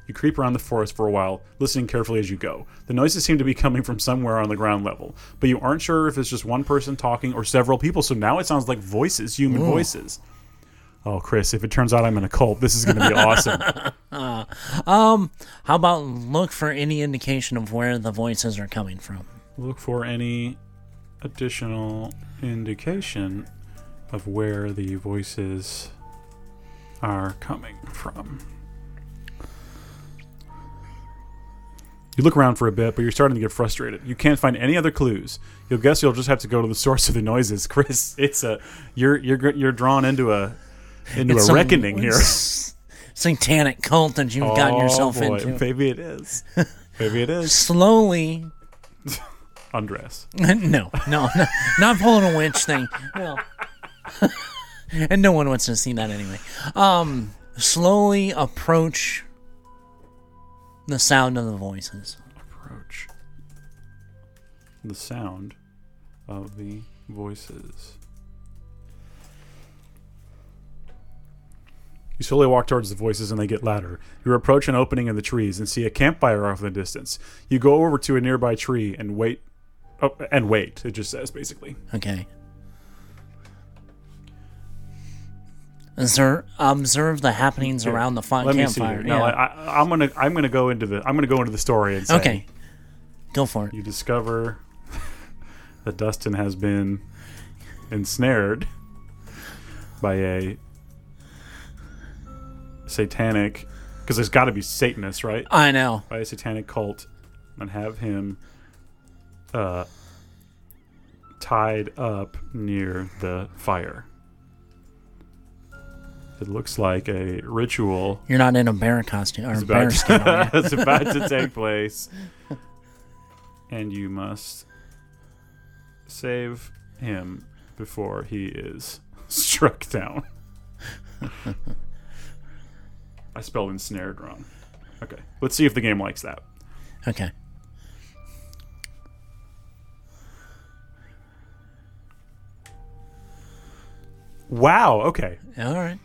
[SPEAKER 1] You creep around the forest for a while, listening carefully as you go. The noises seem to be coming from somewhere on the ground level, but you aren't sure if it's just one person talking or several people, so now it sounds like voices, human voices. Oh, Chris, if it turns out I'm in a cult, this is going to be awesome.
[SPEAKER 2] How about look for any indication of where the voices are coming from?
[SPEAKER 1] Look for any additional indication of where the voices are coming from. You look around for a bit, but you're starting to get frustrated. You can't find any other clues. You'll guess you'll just have to go to the source of the noises, Chris. It's a you're you're gr- you're drawn into a into
[SPEAKER 2] It's
[SPEAKER 1] a
[SPEAKER 2] some
[SPEAKER 1] reckoning here. Oh,
[SPEAKER 2] s- Satanic cult that you've gotten yourself
[SPEAKER 1] boy,
[SPEAKER 2] into.
[SPEAKER 1] Maybe it is. Maybe it is.
[SPEAKER 2] Slowly.
[SPEAKER 1] Undress.
[SPEAKER 2] no, no, no, not pulling a winch thing. No. and no one wants to see that anyway. Um, slowly approach the sound of the voices.
[SPEAKER 1] approach the sound of the voices. You slowly walk towards the voices and they get louder. You approach an opening in the trees and see a campfire off in the distance. You go over to a nearby tree and wait. Oh, and wait, it just says basically.
[SPEAKER 2] Okay. Observe, observe the happenings around the fi-
[SPEAKER 1] Let me see.
[SPEAKER 2] campfire.
[SPEAKER 1] Here. No,
[SPEAKER 2] yeah.
[SPEAKER 1] I, I, I'm gonna I'm gonna go into the I'm gonna go into the story and say
[SPEAKER 2] okay. Go for it.
[SPEAKER 1] you discover that Dustin has been ensnared by a satanic, because there's got to be Satanists, right?
[SPEAKER 2] I know.
[SPEAKER 1] By a satanic cult, and have him uh, tied up near the fire. It looks like a ritual
[SPEAKER 2] You're not in a bear costume or a
[SPEAKER 1] it's
[SPEAKER 2] bear skin. are you?
[SPEAKER 1] about, it's about to take place. And you must save him before he is struck down. I spelled ensnared wrong. Okay. Let's see if the game likes that.
[SPEAKER 2] Okay.
[SPEAKER 1] Wow. Okay.
[SPEAKER 2] All right.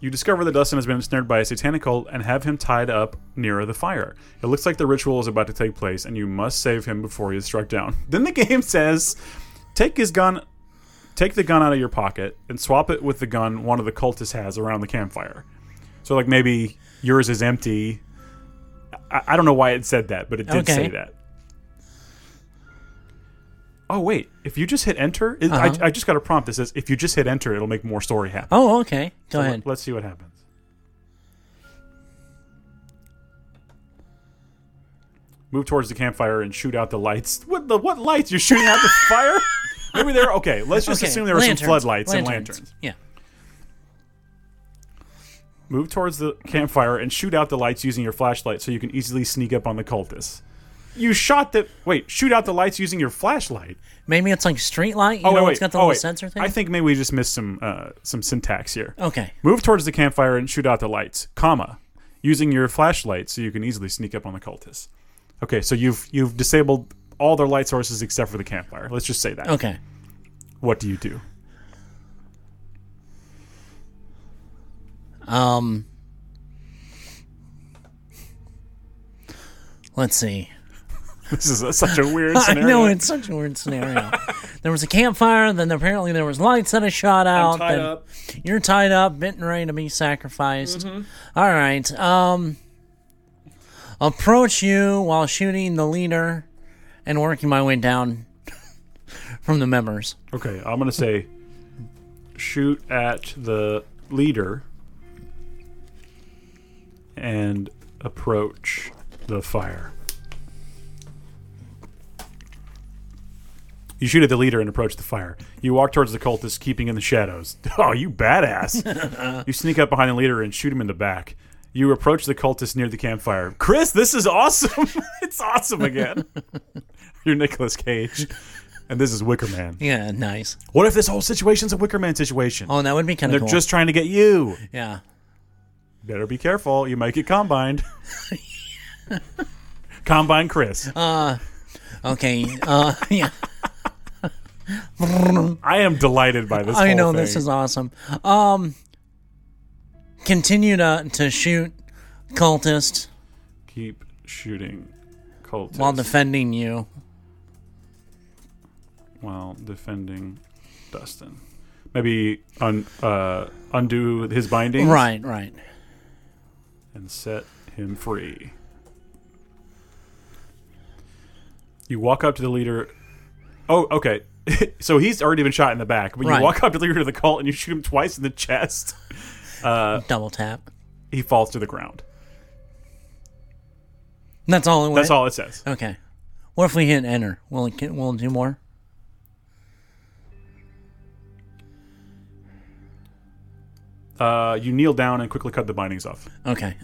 [SPEAKER 1] You discover that Dustin has been ensnared by a satanic cult and have him tied up near the fire. It looks like the ritual is about to take place, and you must save him before he is struck down. Then the game says, "Take his gun take the gun out of your pocket and swap it with the gun one of the cultists has around the campfire. So like maybe yours is empty. I, I don't know why it said that, but it did
[SPEAKER 2] Okay.
[SPEAKER 1] say that. Oh wait, if you just hit enter, it, I, I just got a prompt that says if you just hit enter, it'll make more story happen.
[SPEAKER 2] Oh, okay. Go
[SPEAKER 1] So
[SPEAKER 2] ahead.
[SPEAKER 1] Let, us see what happens. Move towards the campfire and shoot out the lights. What the what lights? You're shooting out the fire? Maybe they're okay. Let's just
[SPEAKER 2] Okay,
[SPEAKER 1] assume there were
[SPEAKER 2] lanterns,
[SPEAKER 1] some floodlights and
[SPEAKER 2] lanterns.
[SPEAKER 1] lanterns.
[SPEAKER 2] Yeah.
[SPEAKER 1] Move towards the campfire and shoot out the lights using your flashlight so you can easily sneak up on the cultists. You shot the wait, shoot out the lights using your flashlight.
[SPEAKER 2] Maybe it's like street light. You
[SPEAKER 1] Oh
[SPEAKER 2] know,
[SPEAKER 1] wait, wait.
[SPEAKER 2] it's got the
[SPEAKER 1] oh,
[SPEAKER 2] little
[SPEAKER 1] wait.
[SPEAKER 2] sensor thing.
[SPEAKER 1] I think maybe we just missed some uh, some syntax here.
[SPEAKER 2] okay.
[SPEAKER 1] Move towards the campfire and shoot out the lights, comma, using your flashlight so you can easily sneak up on the cultists. Okay, so you've you've disabled all their light sources except for the campfire. Let's just say that.
[SPEAKER 2] Okay.
[SPEAKER 1] What do you do?
[SPEAKER 2] Um. Let's see.
[SPEAKER 1] This is a, such a weird
[SPEAKER 2] I
[SPEAKER 1] scenario.
[SPEAKER 2] know it's such a weird scenario. there was a campfire, then apparently there was lights that I shot out.
[SPEAKER 1] tied
[SPEAKER 2] then
[SPEAKER 1] up.
[SPEAKER 2] You're tied up, bitten ready to be sacrificed.
[SPEAKER 1] Mm-hmm.
[SPEAKER 2] All right. Um, approach you while shooting the leader and working my way down from the members.
[SPEAKER 1] Okay, I'm gonna say shoot at the leader and approach the fire. You shoot at the leader and approach the fire. You walk towards the cultist, keeping in the shadows. Oh, you badass! you sneak up behind the leader and shoot him in the back. You approach the cultist near the campfire. Chris, this is awesome! it's awesome again. You're Nicolas Cage, and this is Wicker Man.
[SPEAKER 2] Yeah, nice.
[SPEAKER 1] What if this whole situation's a Wicker Man situation?
[SPEAKER 2] Oh, that would be kind
[SPEAKER 1] They're
[SPEAKER 2] of cool.
[SPEAKER 1] just trying to get you.
[SPEAKER 2] yeah.
[SPEAKER 1] Better be careful. You might get combined. Combine Chris.
[SPEAKER 2] Um, Okay. Uh, yeah.
[SPEAKER 1] I am delighted by this.
[SPEAKER 2] I
[SPEAKER 1] whole
[SPEAKER 2] know
[SPEAKER 1] thing.
[SPEAKER 2] this is awesome. Um, continue to to shoot cultist
[SPEAKER 1] Keep shooting cultists
[SPEAKER 2] while defending you.
[SPEAKER 1] while defending Dustin. Maybe un- uh, undo his bindings
[SPEAKER 2] Right, right.
[SPEAKER 1] and set him free. You walk up to the leader. Oh, okay. so he's already been shot in the back, but
[SPEAKER 2] Right.
[SPEAKER 1] you walk up to the leader of the cult and you shoot him twice in the chest. Uh,
[SPEAKER 2] Double tap.
[SPEAKER 1] He falls to the ground.
[SPEAKER 2] That's all it was.
[SPEAKER 1] That's all it says.
[SPEAKER 2] Okay. What if we hit enter? Will it get, will it do more?
[SPEAKER 1] Uh, you kneel down and quickly cut the bindings off.
[SPEAKER 2] Okay.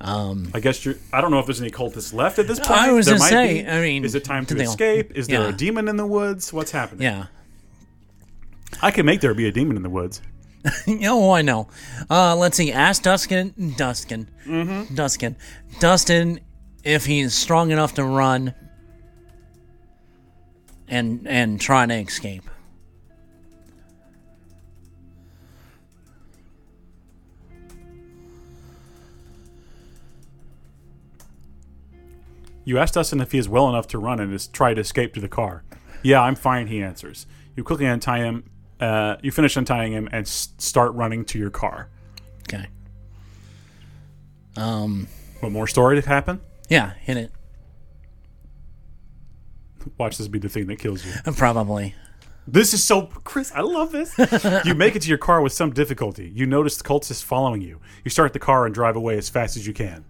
[SPEAKER 2] Um.
[SPEAKER 1] I guess you're. I don't know if there's any cultists left at this point.
[SPEAKER 2] I was
[SPEAKER 1] There
[SPEAKER 2] gonna
[SPEAKER 1] might
[SPEAKER 2] say,
[SPEAKER 1] be.
[SPEAKER 2] I mean,
[SPEAKER 1] is it time to
[SPEAKER 2] did they all-
[SPEAKER 1] escape? Is there
[SPEAKER 2] Yeah.
[SPEAKER 1] a demon in the woods? What's happening?
[SPEAKER 2] Yeah.
[SPEAKER 1] I can make there be a demon in the woods.
[SPEAKER 2] oh, I know. Uh, let's see. Ask Duskin. Duskin. Mm-hmm. Duskin. Dustin, if he's strong enough to run. And and try to escape.
[SPEAKER 1] You ask Dustin if he is well enough to run and has tried to escape to the car. Yeah, I'm fine, he answers. You quickly untie him. Uh, you finish untying him and s- start running to your car.
[SPEAKER 2] Okay. Um.
[SPEAKER 1] What more story to happen?
[SPEAKER 2] Yeah. Hit it.
[SPEAKER 1] Watch this be the thing that kills you.
[SPEAKER 2] Uh, Probably.
[SPEAKER 1] This is so Chris. I love this. you make it to your car with some difficulty. You notice the cultist following you. You start the car and drive away as fast as you can.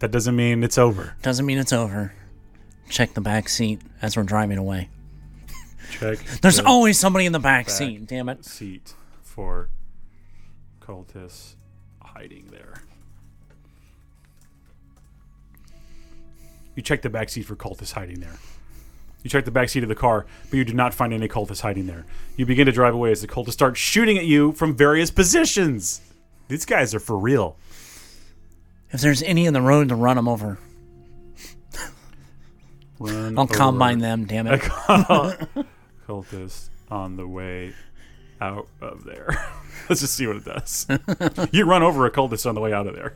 [SPEAKER 1] That doesn't mean it's over.
[SPEAKER 2] Doesn't mean it's over. Check the back seat as we're driving away.
[SPEAKER 1] Check
[SPEAKER 2] There's
[SPEAKER 1] the
[SPEAKER 2] always somebody in the back, seat. Damn it.
[SPEAKER 1] seat for cultists hiding there. You check the back seat for cultists hiding there. You check the back seat of the car, but you do not find any cultists hiding there. You begin to drive away as the cultists start shooting at you from various positions. These guys are for real.
[SPEAKER 2] If there's any in the road to run them over,
[SPEAKER 1] Run
[SPEAKER 2] I'll
[SPEAKER 1] over
[SPEAKER 2] combine them. Damn
[SPEAKER 1] a
[SPEAKER 2] it.
[SPEAKER 1] cul- cultist on the way out of there. Let's just see what it does. you run over a cultist on the way out of there.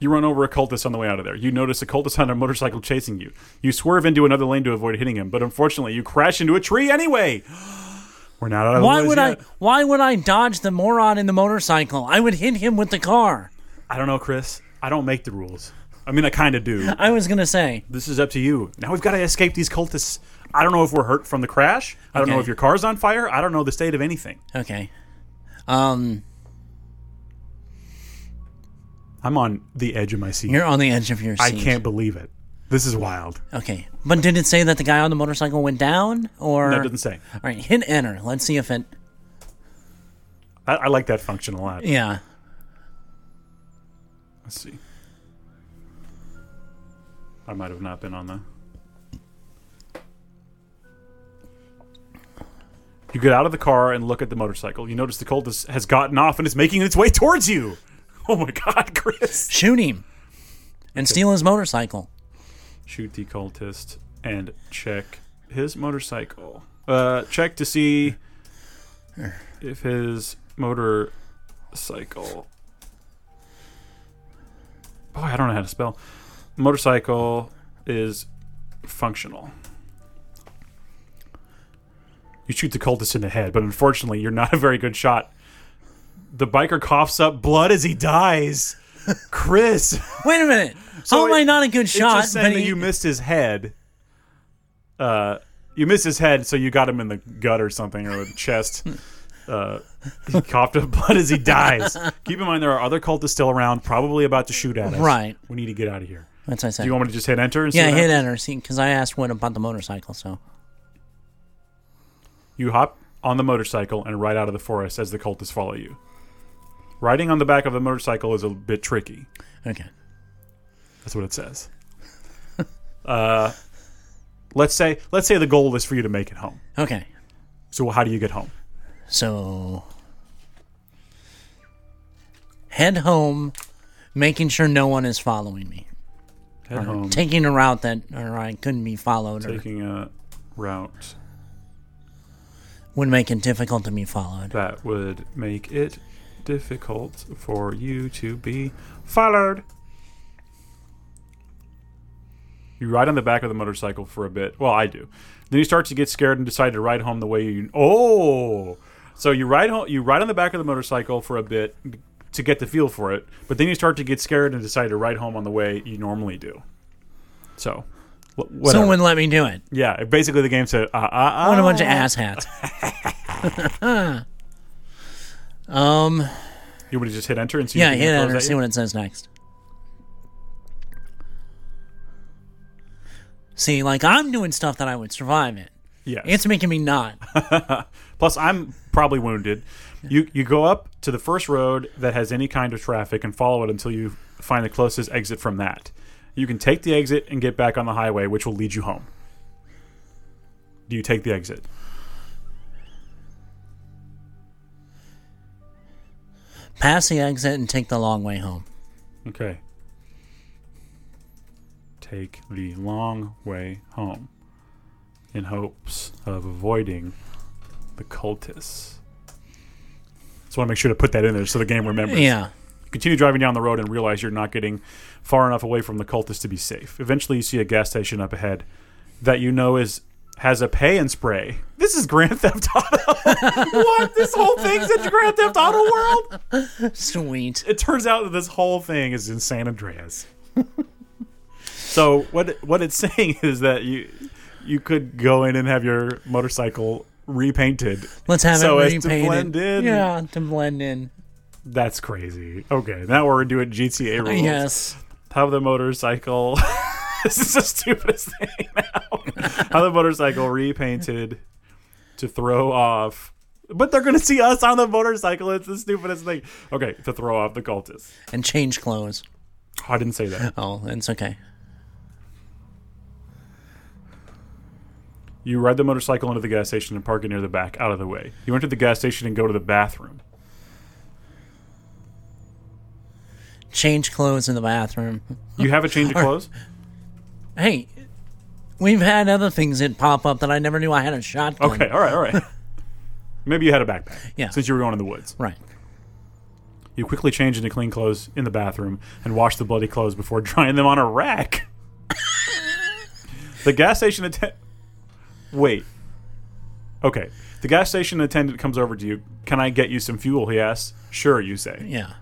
[SPEAKER 1] You run over a cultist on the way out of there. You notice a cultist on a motorcycle chasing you. You swerve into another lane to avoid hitting him, but unfortunately, you crash into a tree anyway. We're not out of
[SPEAKER 2] Why
[SPEAKER 1] the woods
[SPEAKER 2] would
[SPEAKER 1] yet.
[SPEAKER 2] I? Why would I dodge the moron in the motorcycle? I would hit him with the car.
[SPEAKER 1] I don't know, Chris. I don't make the rules. I mean, I kind of do.
[SPEAKER 2] I was gonna say.
[SPEAKER 1] This is up to you. Now we've got to escape these cultists. I don't know if we're hurt from the crash. I don't know
[SPEAKER 2] Okay.
[SPEAKER 1] if your car's on fire. I don't know the state of anything.
[SPEAKER 2] Okay. Um,
[SPEAKER 1] I'm on the edge of my seat.
[SPEAKER 2] you're on the edge of your
[SPEAKER 1] I
[SPEAKER 2] seat.
[SPEAKER 1] can't believe it. This is wild.
[SPEAKER 2] Okay, but did it say that the guy on the motorcycle went down, or
[SPEAKER 1] That doesn't say.
[SPEAKER 2] All right, hit enter. Let's see if it.
[SPEAKER 1] I, I like that function a lot.
[SPEAKER 2] Yeah.
[SPEAKER 1] Let's see. I might have not been on the. You get out of the car and look at the motorcycle. You notice the cultist has gotten off and is making its way towards you. Oh my God, Chris!
[SPEAKER 2] shoot him and steal his motorcycle.
[SPEAKER 1] shoot the cultist and check his motorcycle. Uh, check to see if his motorcycle. Boy, I don't know how to spell. Motorcycle is functional. You shoot the cultist in the head, but unfortunately, you're not a very good shot. The biker coughs up blood as he dies. Chris.
[SPEAKER 2] Wait a minute. How am
[SPEAKER 1] it-
[SPEAKER 2] I not a good
[SPEAKER 1] It's
[SPEAKER 2] shot?
[SPEAKER 1] just
[SPEAKER 2] But
[SPEAKER 1] saying that
[SPEAKER 2] he-
[SPEAKER 1] you missed his head. Uh, you missed his head, so you got him in the gut or something or the chest. Uh, he coughed up blood as he dies. Keep in mind there are other cultists still around, probably about to shoot at us.
[SPEAKER 2] Right.
[SPEAKER 1] We need to get out of here.
[SPEAKER 2] That's what I said.
[SPEAKER 1] Do you want me to just hit enter? And see
[SPEAKER 2] yeah,
[SPEAKER 1] what
[SPEAKER 2] hit
[SPEAKER 1] happens?
[SPEAKER 2] enter. See, because I asked what about the motorcycle. So
[SPEAKER 1] You hop on the motorcycle and ride out of the forest as the cultists follow you. Riding on the back of the motorcycle is a bit tricky.
[SPEAKER 2] okay.
[SPEAKER 1] That's what it says. uh, let's say let's say the goal is for you to make it home.
[SPEAKER 2] Okay.
[SPEAKER 1] So how do you get home?
[SPEAKER 2] So head home, making sure no one is following me.
[SPEAKER 1] Head
[SPEAKER 2] Uh-huh.
[SPEAKER 1] home,
[SPEAKER 2] Taking a route that or I couldn't be followed or
[SPEAKER 1] taking a route
[SPEAKER 2] would make it difficult to be followed.
[SPEAKER 1] that would make it difficult for you to be followed. You ride on the back of the motorcycle for a bit. Well, I do. Then you start to get scared and decide to ride home the way you. Oh, so you ride home. You ride on the back of the motorcycle for a bit to get the feel for it, but then you start to get scared and decide to ride home on the way you normally do. So, wh- whatever.
[SPEAKER 2] Someone let me do it.
[SPEAKER 1] yeah, basically the game said, ah, ah, ah.
[SPEAKER 2] What a bunch of asshats. um.
[SPEAKER 1] You want me to just hit enter and see?
[SPEAKER 2] Yeah,
[SPEAKER 1] if
[SPEAKER 2] hit
[SPEAKER 1] it
[SPEAKER 2] enter.
[SPEAKER 1] throws at
[SPEAKER 2] See
[SPEAKER 1] you?
[SPEAKER 2] what it says next. See, like I'm doing stuff that I would survive it.
[SPEAKER 1] Yes.
[SPEAKER 2] It's making me not.
[SPEAKER 1] Plus, I'm probably wounded. You you go up to the first road that has any kind of traffic and follow it until you find the closest exit from that. You can take the exit and get back on the highway, which will lead you home. Do you take the exit?
[SPEAKER 2] Pass the exit and take the long way home.
[SPEAKER 1] Okay. Take the long way home in hopes of avoiding the cultists. Just want to make sure to put that in there so the game remembers.
[SPEAKER 2] Yeah.
[SPEAKER 1] continue driving down the road and realize you're not getting far enough away from the cultists to be safe. Eventually, you see a gas station up ahead that you know is has a pay and spray. This is Grand Theft Auto. what? This whole thing's in Grand Theft Auto world?
[SPEAKER 2] Sweet.
[SPEAKER 1] It turns out that this whole thing is in San Andreas. so what what it's saying is that you you could go in and have your motorcycle repainted.
[SPEAKER 2] Let's have
[SPEAKER 1] So
[SPEAKER 2] it
[SPEAKER 1] as to
[SPEAKER 2] repainted.
[SPEAKER 1] blend in.
[SPEAKER 2] Yeah, to blend in.
[SPEAKER 1] That's crazy. Okay, now we're doing GTA rules.
[SPEAKER 2] Yes.
[SPEAKER 1] how the motorcycle this is the stupidest thing now how the motorcycle repainted to throw off but they're gonna see us on the motorcycle it's the stupidest thing okay to throw off the cultists
[SPEAKER 2] And change clothes.
[SPEAKER 1] Oh, i didn't say that
[SPEAKER 2] Oh, it's okay.
[SPEAKER 1] you ride the motorcycle into the gas station and park it near the back out of the way you enter the gas station and go to the bathroom
[SPEAKER 2] Change clothes in the bathroom.
[SPEAKER 1] you have a change of clothes
[SPEAKER 2] Hey, we've had other things that pop up that I never knew I had a shotgun.
[SPEAKER 1] okay all right all right maybe you had a backpack
[SPEAKER 2] Yeah.
[SPEAKER 1] since you were going in the woods
[SPEAKER 2] Right.
[SPEAKER 1] You quickly change into clean clothes in the bathroom and wash the bloody clothes before drying them on a rack. the gas station attendant. Wait. Okay. The gas station attendant comes over to you. Can I get you some fuel? He asks. Sure, you say.
[SPEAKER 2] Yeah.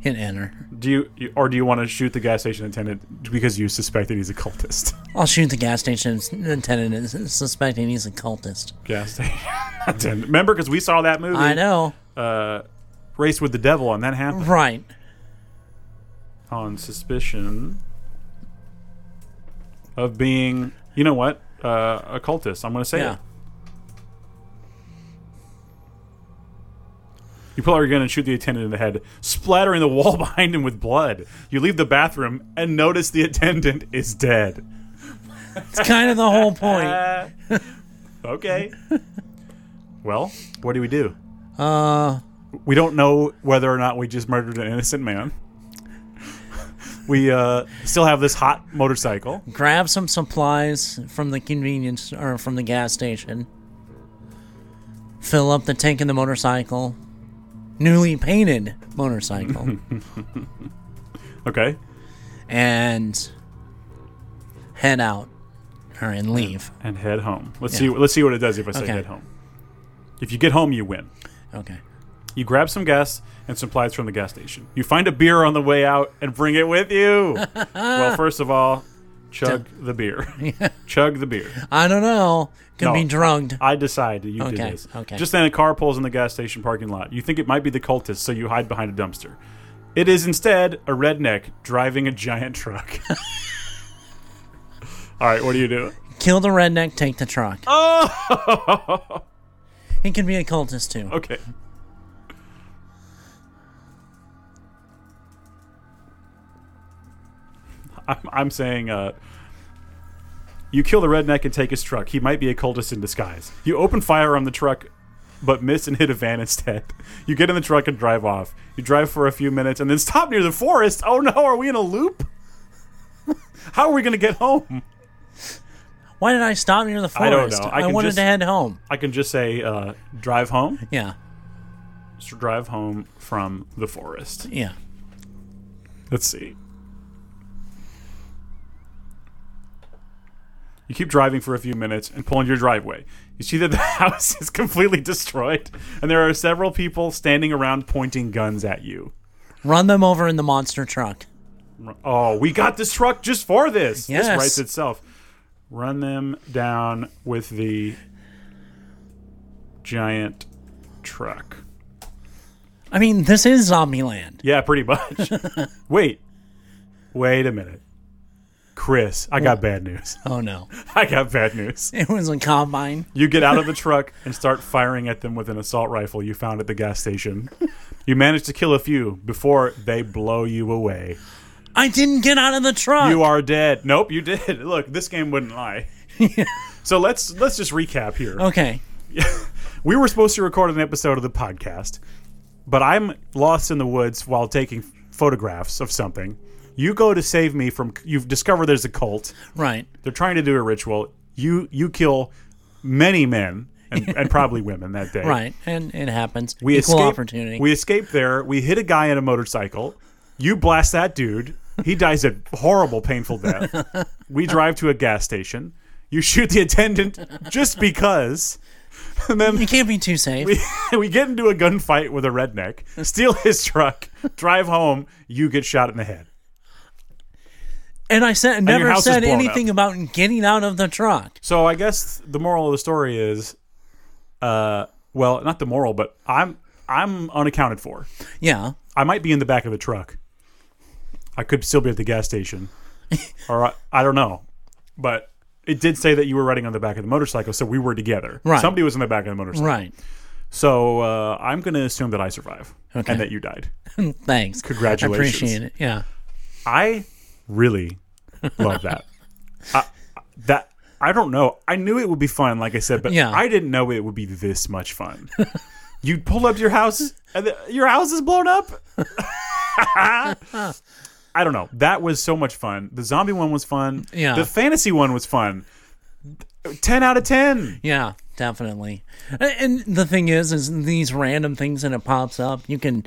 [SPEAKER 2] Hit enter.
[SPEAKER 1] Do you, you or do you want to shoot the gas station attendant because you suspect that he's a cultist?
[SPEAKER 2] I'll shoot the gas station attendant and suspecting he's a cultist.
[SPEAKER 1] Gas station attendant. Remember, because we saw that movie,
[SPEAKER 2] I know.
[SPEAKER 1] Race with the Devil, and that happened
[SPEAKER 2] Right.
[SPEAKER 1] on suspicion of being, you know what, uh, a cultist. I'm going to say
[SPEAKER 2] Yeah.
[SPEAKER 1] it. You pull out your gun and shoot the attendant in the head, splattering the wall behind him with blood. You leave the bathroom and notice the attendant is dead.
[SPEAKER 2] It's kind of the whole point.
[SPEAKER 1] Uh, okay. well, what do we do?
[SPEAKER 2] Uh,
[SPEAKER 1] We don't know whether or not we just murdered an innocent man. we uh, still have this hot motorcycle.
[SPEAKER 2] grab some supplies from the convenience or from the gas station. Fill up the tank in the motorcycle. Newly painted motorcycle.
[SPEAKER 1] Okay.
[SPEAKER 2] and head out or and leave.
[SPEAKER 1] and head home. Let's see.
[SPEAKER 2] Yeah.
[SPEAKER 1] Let's see what it does if I say
[SPEAKER 2] Okay.
[SPEAKER 1] head home. If you get home, you win.
[SPEAKER 2] Okay.
[SPEAKER 1] You grab some gas and supplies from the gas station. You find a beer on the way out and bring it with you. well, first of all, chug the beer. chug the beer.
[SPEAKER 2] I don't know. Could
[SPEAKER 1] No.
[SPEAKER 2] be drugged.
[SPEAKER 1] I decide that you did
[SPEAKER 2] Okay,
[SPEAKER 1] this.
[SPEAKER 2] okay.
[SPEAKER 1] Just then, a car pulls in the gas station parking lot. You think it might be the cultists, so you hide behind a dumpster. It is instead a redneck driving a giant truck. all right, what do you do?
[SPEAKER 2] Kill the redneck, take the truck.
[SPEAKER 1] Oh,
[SPEAKER 2] He could be a cultist too.
[SPEAKER 1] okay. I'm, I'm saying uh, you kill the redneck and take his truck. He might be a cultist in disguise. You open fire on the truck, but miss and hit a van instead. You get in the truck and drive off. You drive for a few minutes and then stop near the forest. Oh no, are we in a loop? How are we going to get home?
[SPEAKER 2] Why did I stop near the
[SPEAKER 1] I don't
[SPEAKER 2] forest?
[SPEAKER 1] know. I can
[SPEAKER 2] wanted
[SPEAKER 1] just-
[SPEAKER 2] to head home.
[SPEAKER 1] I can just say uh, drive home.
[SPEAKER 2] Yeah.
[SPEAKER 1] Just drive home from the forest.
[SPEAKER 2] Yeah.
[SPEAKER 1] Let's see. You keep driving for a few minutes and pull into your driveway. You see that the house is completely destroyed, and there are several people standing around pointing guns at you.
[SPEAKER 2] Run them over in the monster truck.
[SPEAKER 1] Oh, we got this truck just for this. This
[SPEAKER 2] Yes.
[SPEAKER 1] writes itself. Run them down with the giant truck.
[SPEAKER 2] I mean, this is Zombieland.
[SPEAKER 1] Yeah, pretty much. wait, wait a minute. Chris, I got bad news.
[SPEAKER 2] Oh no.
[SPEAKER 1] I got bad news.
[SPEAKER 2] It was a combine.
[SPEAKER 1] You get out of the truck and start firing at them with an assault rifle you found at the gas station. You manage to kill a few before they blow you away.
[SPEAKER 2] I didn't get out of the truck.
[SPEAKER 1] You are dead. Nope, you did. Look, this game wouldn't lie. So let's let's just recap here.
[SPEAKER 2] okay.
[SPEAKER 1] We were supposed to record an episode of the podcast, but I'm lost in the woods while taking photographs of something. You go to save me from you've discovered there's a cult.
[SPEAKER 2] Right.
[SPEAKER 1] They're trying to do a ritual. You you kill many men and, and probably women that day.
[SPEAKER 2] Right. And it happens.
[SPEAKER 1] We
[SPEAKER 2] Equal
[SPEAKER 1] escape,
[SPEAKER 2] opportunity.
[SPEAKER 1] We escape there. We hit a guy in a motorcycle. You blast that dude. He dies a horrible, painful death. we drive to a gas station. You shoot the attendant just because. And then
[SPEAKER 2] you can't be too safe.
[SPEAKER 1] we get into a gunfight with a redneck, steal his truck, drive home. You get shot in the head.
[SPEAKER 2] and I said never
[SPEAKER 1] house is
[SPEAKER 2] said
[SPEAKER 1] blown up.
[SPEAKER 2] anything about getting out of the truck.
[SPEAKER 1] So I guess the moral of the story is, uh, well, not the moral, but I'm I'm unaccounted for.
[SPEAKER 2] Yeah.
[SPEAKER 1] I might be in the back of the truck. I could still be at the gas station, or I, I don't know. But it did say that you were riding on the back of the motorcycle, so we were together.
[SPEAKER 2] Right.
[SPEAKER 1] Somebody was in the back of the motorcycle.
[SPEAKER 2] Right.
[SPEAKER 1] So uh, I'm going to assume that I survive and that you died.
[SPEAKER 2] Thanks.
[SPEAKER 1] Congratulations.
[SPEAKER 2] I appreciate it. Yeah.
[SPEAKER 1] I really love that. I, that I don't know. I knew it would be fun, like I said, but
[SPEAKER 2] Yeah.
[SPEAKER 1] I didn't know it would be this much fun. you pull up to your house, and the, your house is blown up. I don't know. That was so much fun. The zombie one was fun.
[SPEAKER 2] Yeah.
[SPEAKER 1] The fantasy one was fun. Ten out of ten.
[SPEAKER 2] Yeah, definitely. A- And the thing is, is these random things that it pops up, you can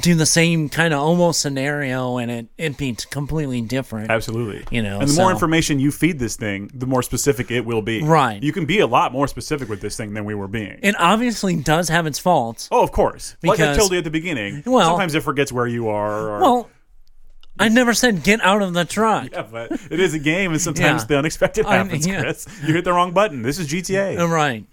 [SPEAKER 2] do the same kind of almost scenario and it it be completely different.
[SPEAKER 1] Absolutely.
[SPEAKER 2] You know,
[SPEAKER 1] and the more
[SPEAKER 2] so-
[SPEAKER 1] information you feed this thing, the more specific it will be.
[SPEAKER 2] Right.
[SPEAKER 1] You can be a lot more specific with this thing than we were being.
[SPEAKER 2] It obviously does have its faults.
[SPEAKER 1] oh, of course. like I
[SPEAKER 2] Because-
[SPEAKER 1] told you at the beginning,
[SPEAKER 2] Well-
[SPEAKER 1] sometimes it forgets where you are. Or,
[SPEAKER 2] Well, I never said get out of the truck.
[SPEAKER 1] yeah, but it is a game, and sometimes
[SPEAKER 2] Yeah.
[SPEAKER 1] the unexpected
[SPEAKER 2] I mean,
[SPEAKER 1] happens,
[SPEAKER 2] yeah.
[SPEAKER 1] Chris. You hit the wrong button. This is GTA.
[SPEAKER 2] Uh, Right.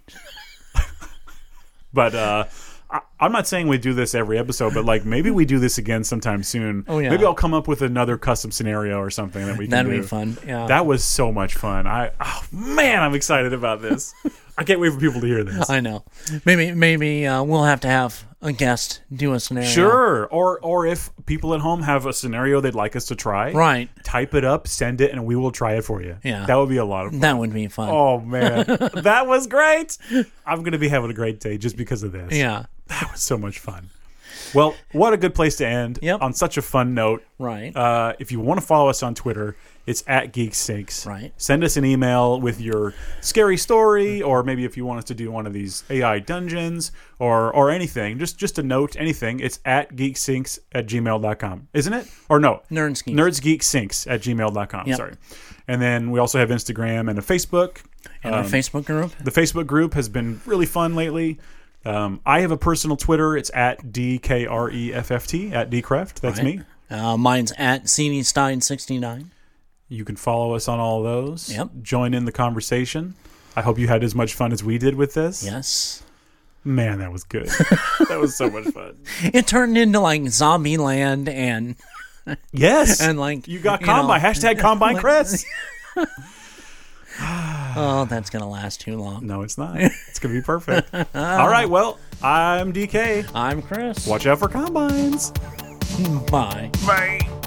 [SPEAKER 1] But uh, I, I'm not saying we do this every episode, but like maybe we do this again sometime soon.
[SPEAKER 2] Oh, yeah.
[SPEAKER 1] Maybe I'll come up with another custom scenario or something that we can
[SPEAKER 2] That'd be
[SPEAKER 1] do.
[SPEAKER 2] fun. Yeah.
[SPEAKER 1] That was so much fun. I oh man, I'm excited about this. I can't wait for people to hear this.
[SPEAKER 2] I know. Maybe maybe uh, we'll have to have a guest do a scenario.
[SPEAKER 1] Sure. Or or if people at home have a scenario they'd like us to try,
[SPEAKER 2] Right.
[SPEAKER 1] Type it up, send it, and we will try it for you.
[SPEAKER 2] Yeah.
[SPEAKER 1] That would be a lot of fun.
[SPEAKER 2] That would be fun.
[SPEAKER 1] Oh man, that was great. I'm gonna be having a great day just because of this.
[SPEAKER 2] Yeah.
[SPEAKER 1] That was so much fun. Well, what a good place to end
[SPEAKER 2] Yep.
[SPEAKER 1] on such a fun note.
[SPEAKER 2] Right.
[SPEAKER 1] Uh, if you want to follow us on Twitter, it's at Geek Sinks.
[SPEAKER 2] Right.
[SPEAKER 1] Send us an email with your scary story, or maybe if you want us to do one of these AI dungeons or or anything, just just a note, anything. It's at geeksinks at gmail.com, isn't it? Or no.
[SPEAKER 2] Nerdsgeeks.
[SPEAKER 1] Nerdsgeeksinks at gmail.com.
[SPEAKER 2] Yep.
[SPEAKER 1] Sorry. And then we also have Instagram and a Facebook.
[SPEAKER 2] In
[SPEAKER 1] um,
[SPEAKER 2] our Facebook group.
[SPEAKER 1] The Facebook group has been really fun lately. Um, I have a personal Twitter. It's at E DKREFFT, at DCreft. That's me.
[SPEAKER 2] Uh, mine's at CD Stein sixty nine.
[SPEAKER 1] You can follow us on all those.
[SPEAKER 2] Yep.
[SPEAKER 1] Join in the conversation. I hope you had as much fun as we did with this.
[SPEAKER 2] Yes.
[SPEAKER 1] Man, that was good. that was so much fun.
[SPEAKER 2] It turned into like Zombie Land and
[SPEAKER 1] Yes.
[SPEAKER 2] And, like,
[SPEAKER 1] you got
[SPEAKER 2] you know-
[SPEAKER 1] combine hashtag combine Chris.
[SPEAKER 2] oh, that's gonna last too long.
[SPEAKER 1] no, it's not. It's gonna be perfect. all right. Well, I'm DK.
[SPEAKER 2] I'm Chris.
[SPEAKER 1] Watch out for combines.
[SPEAKER 2] Bye.
[SPEAKER 1] Bye.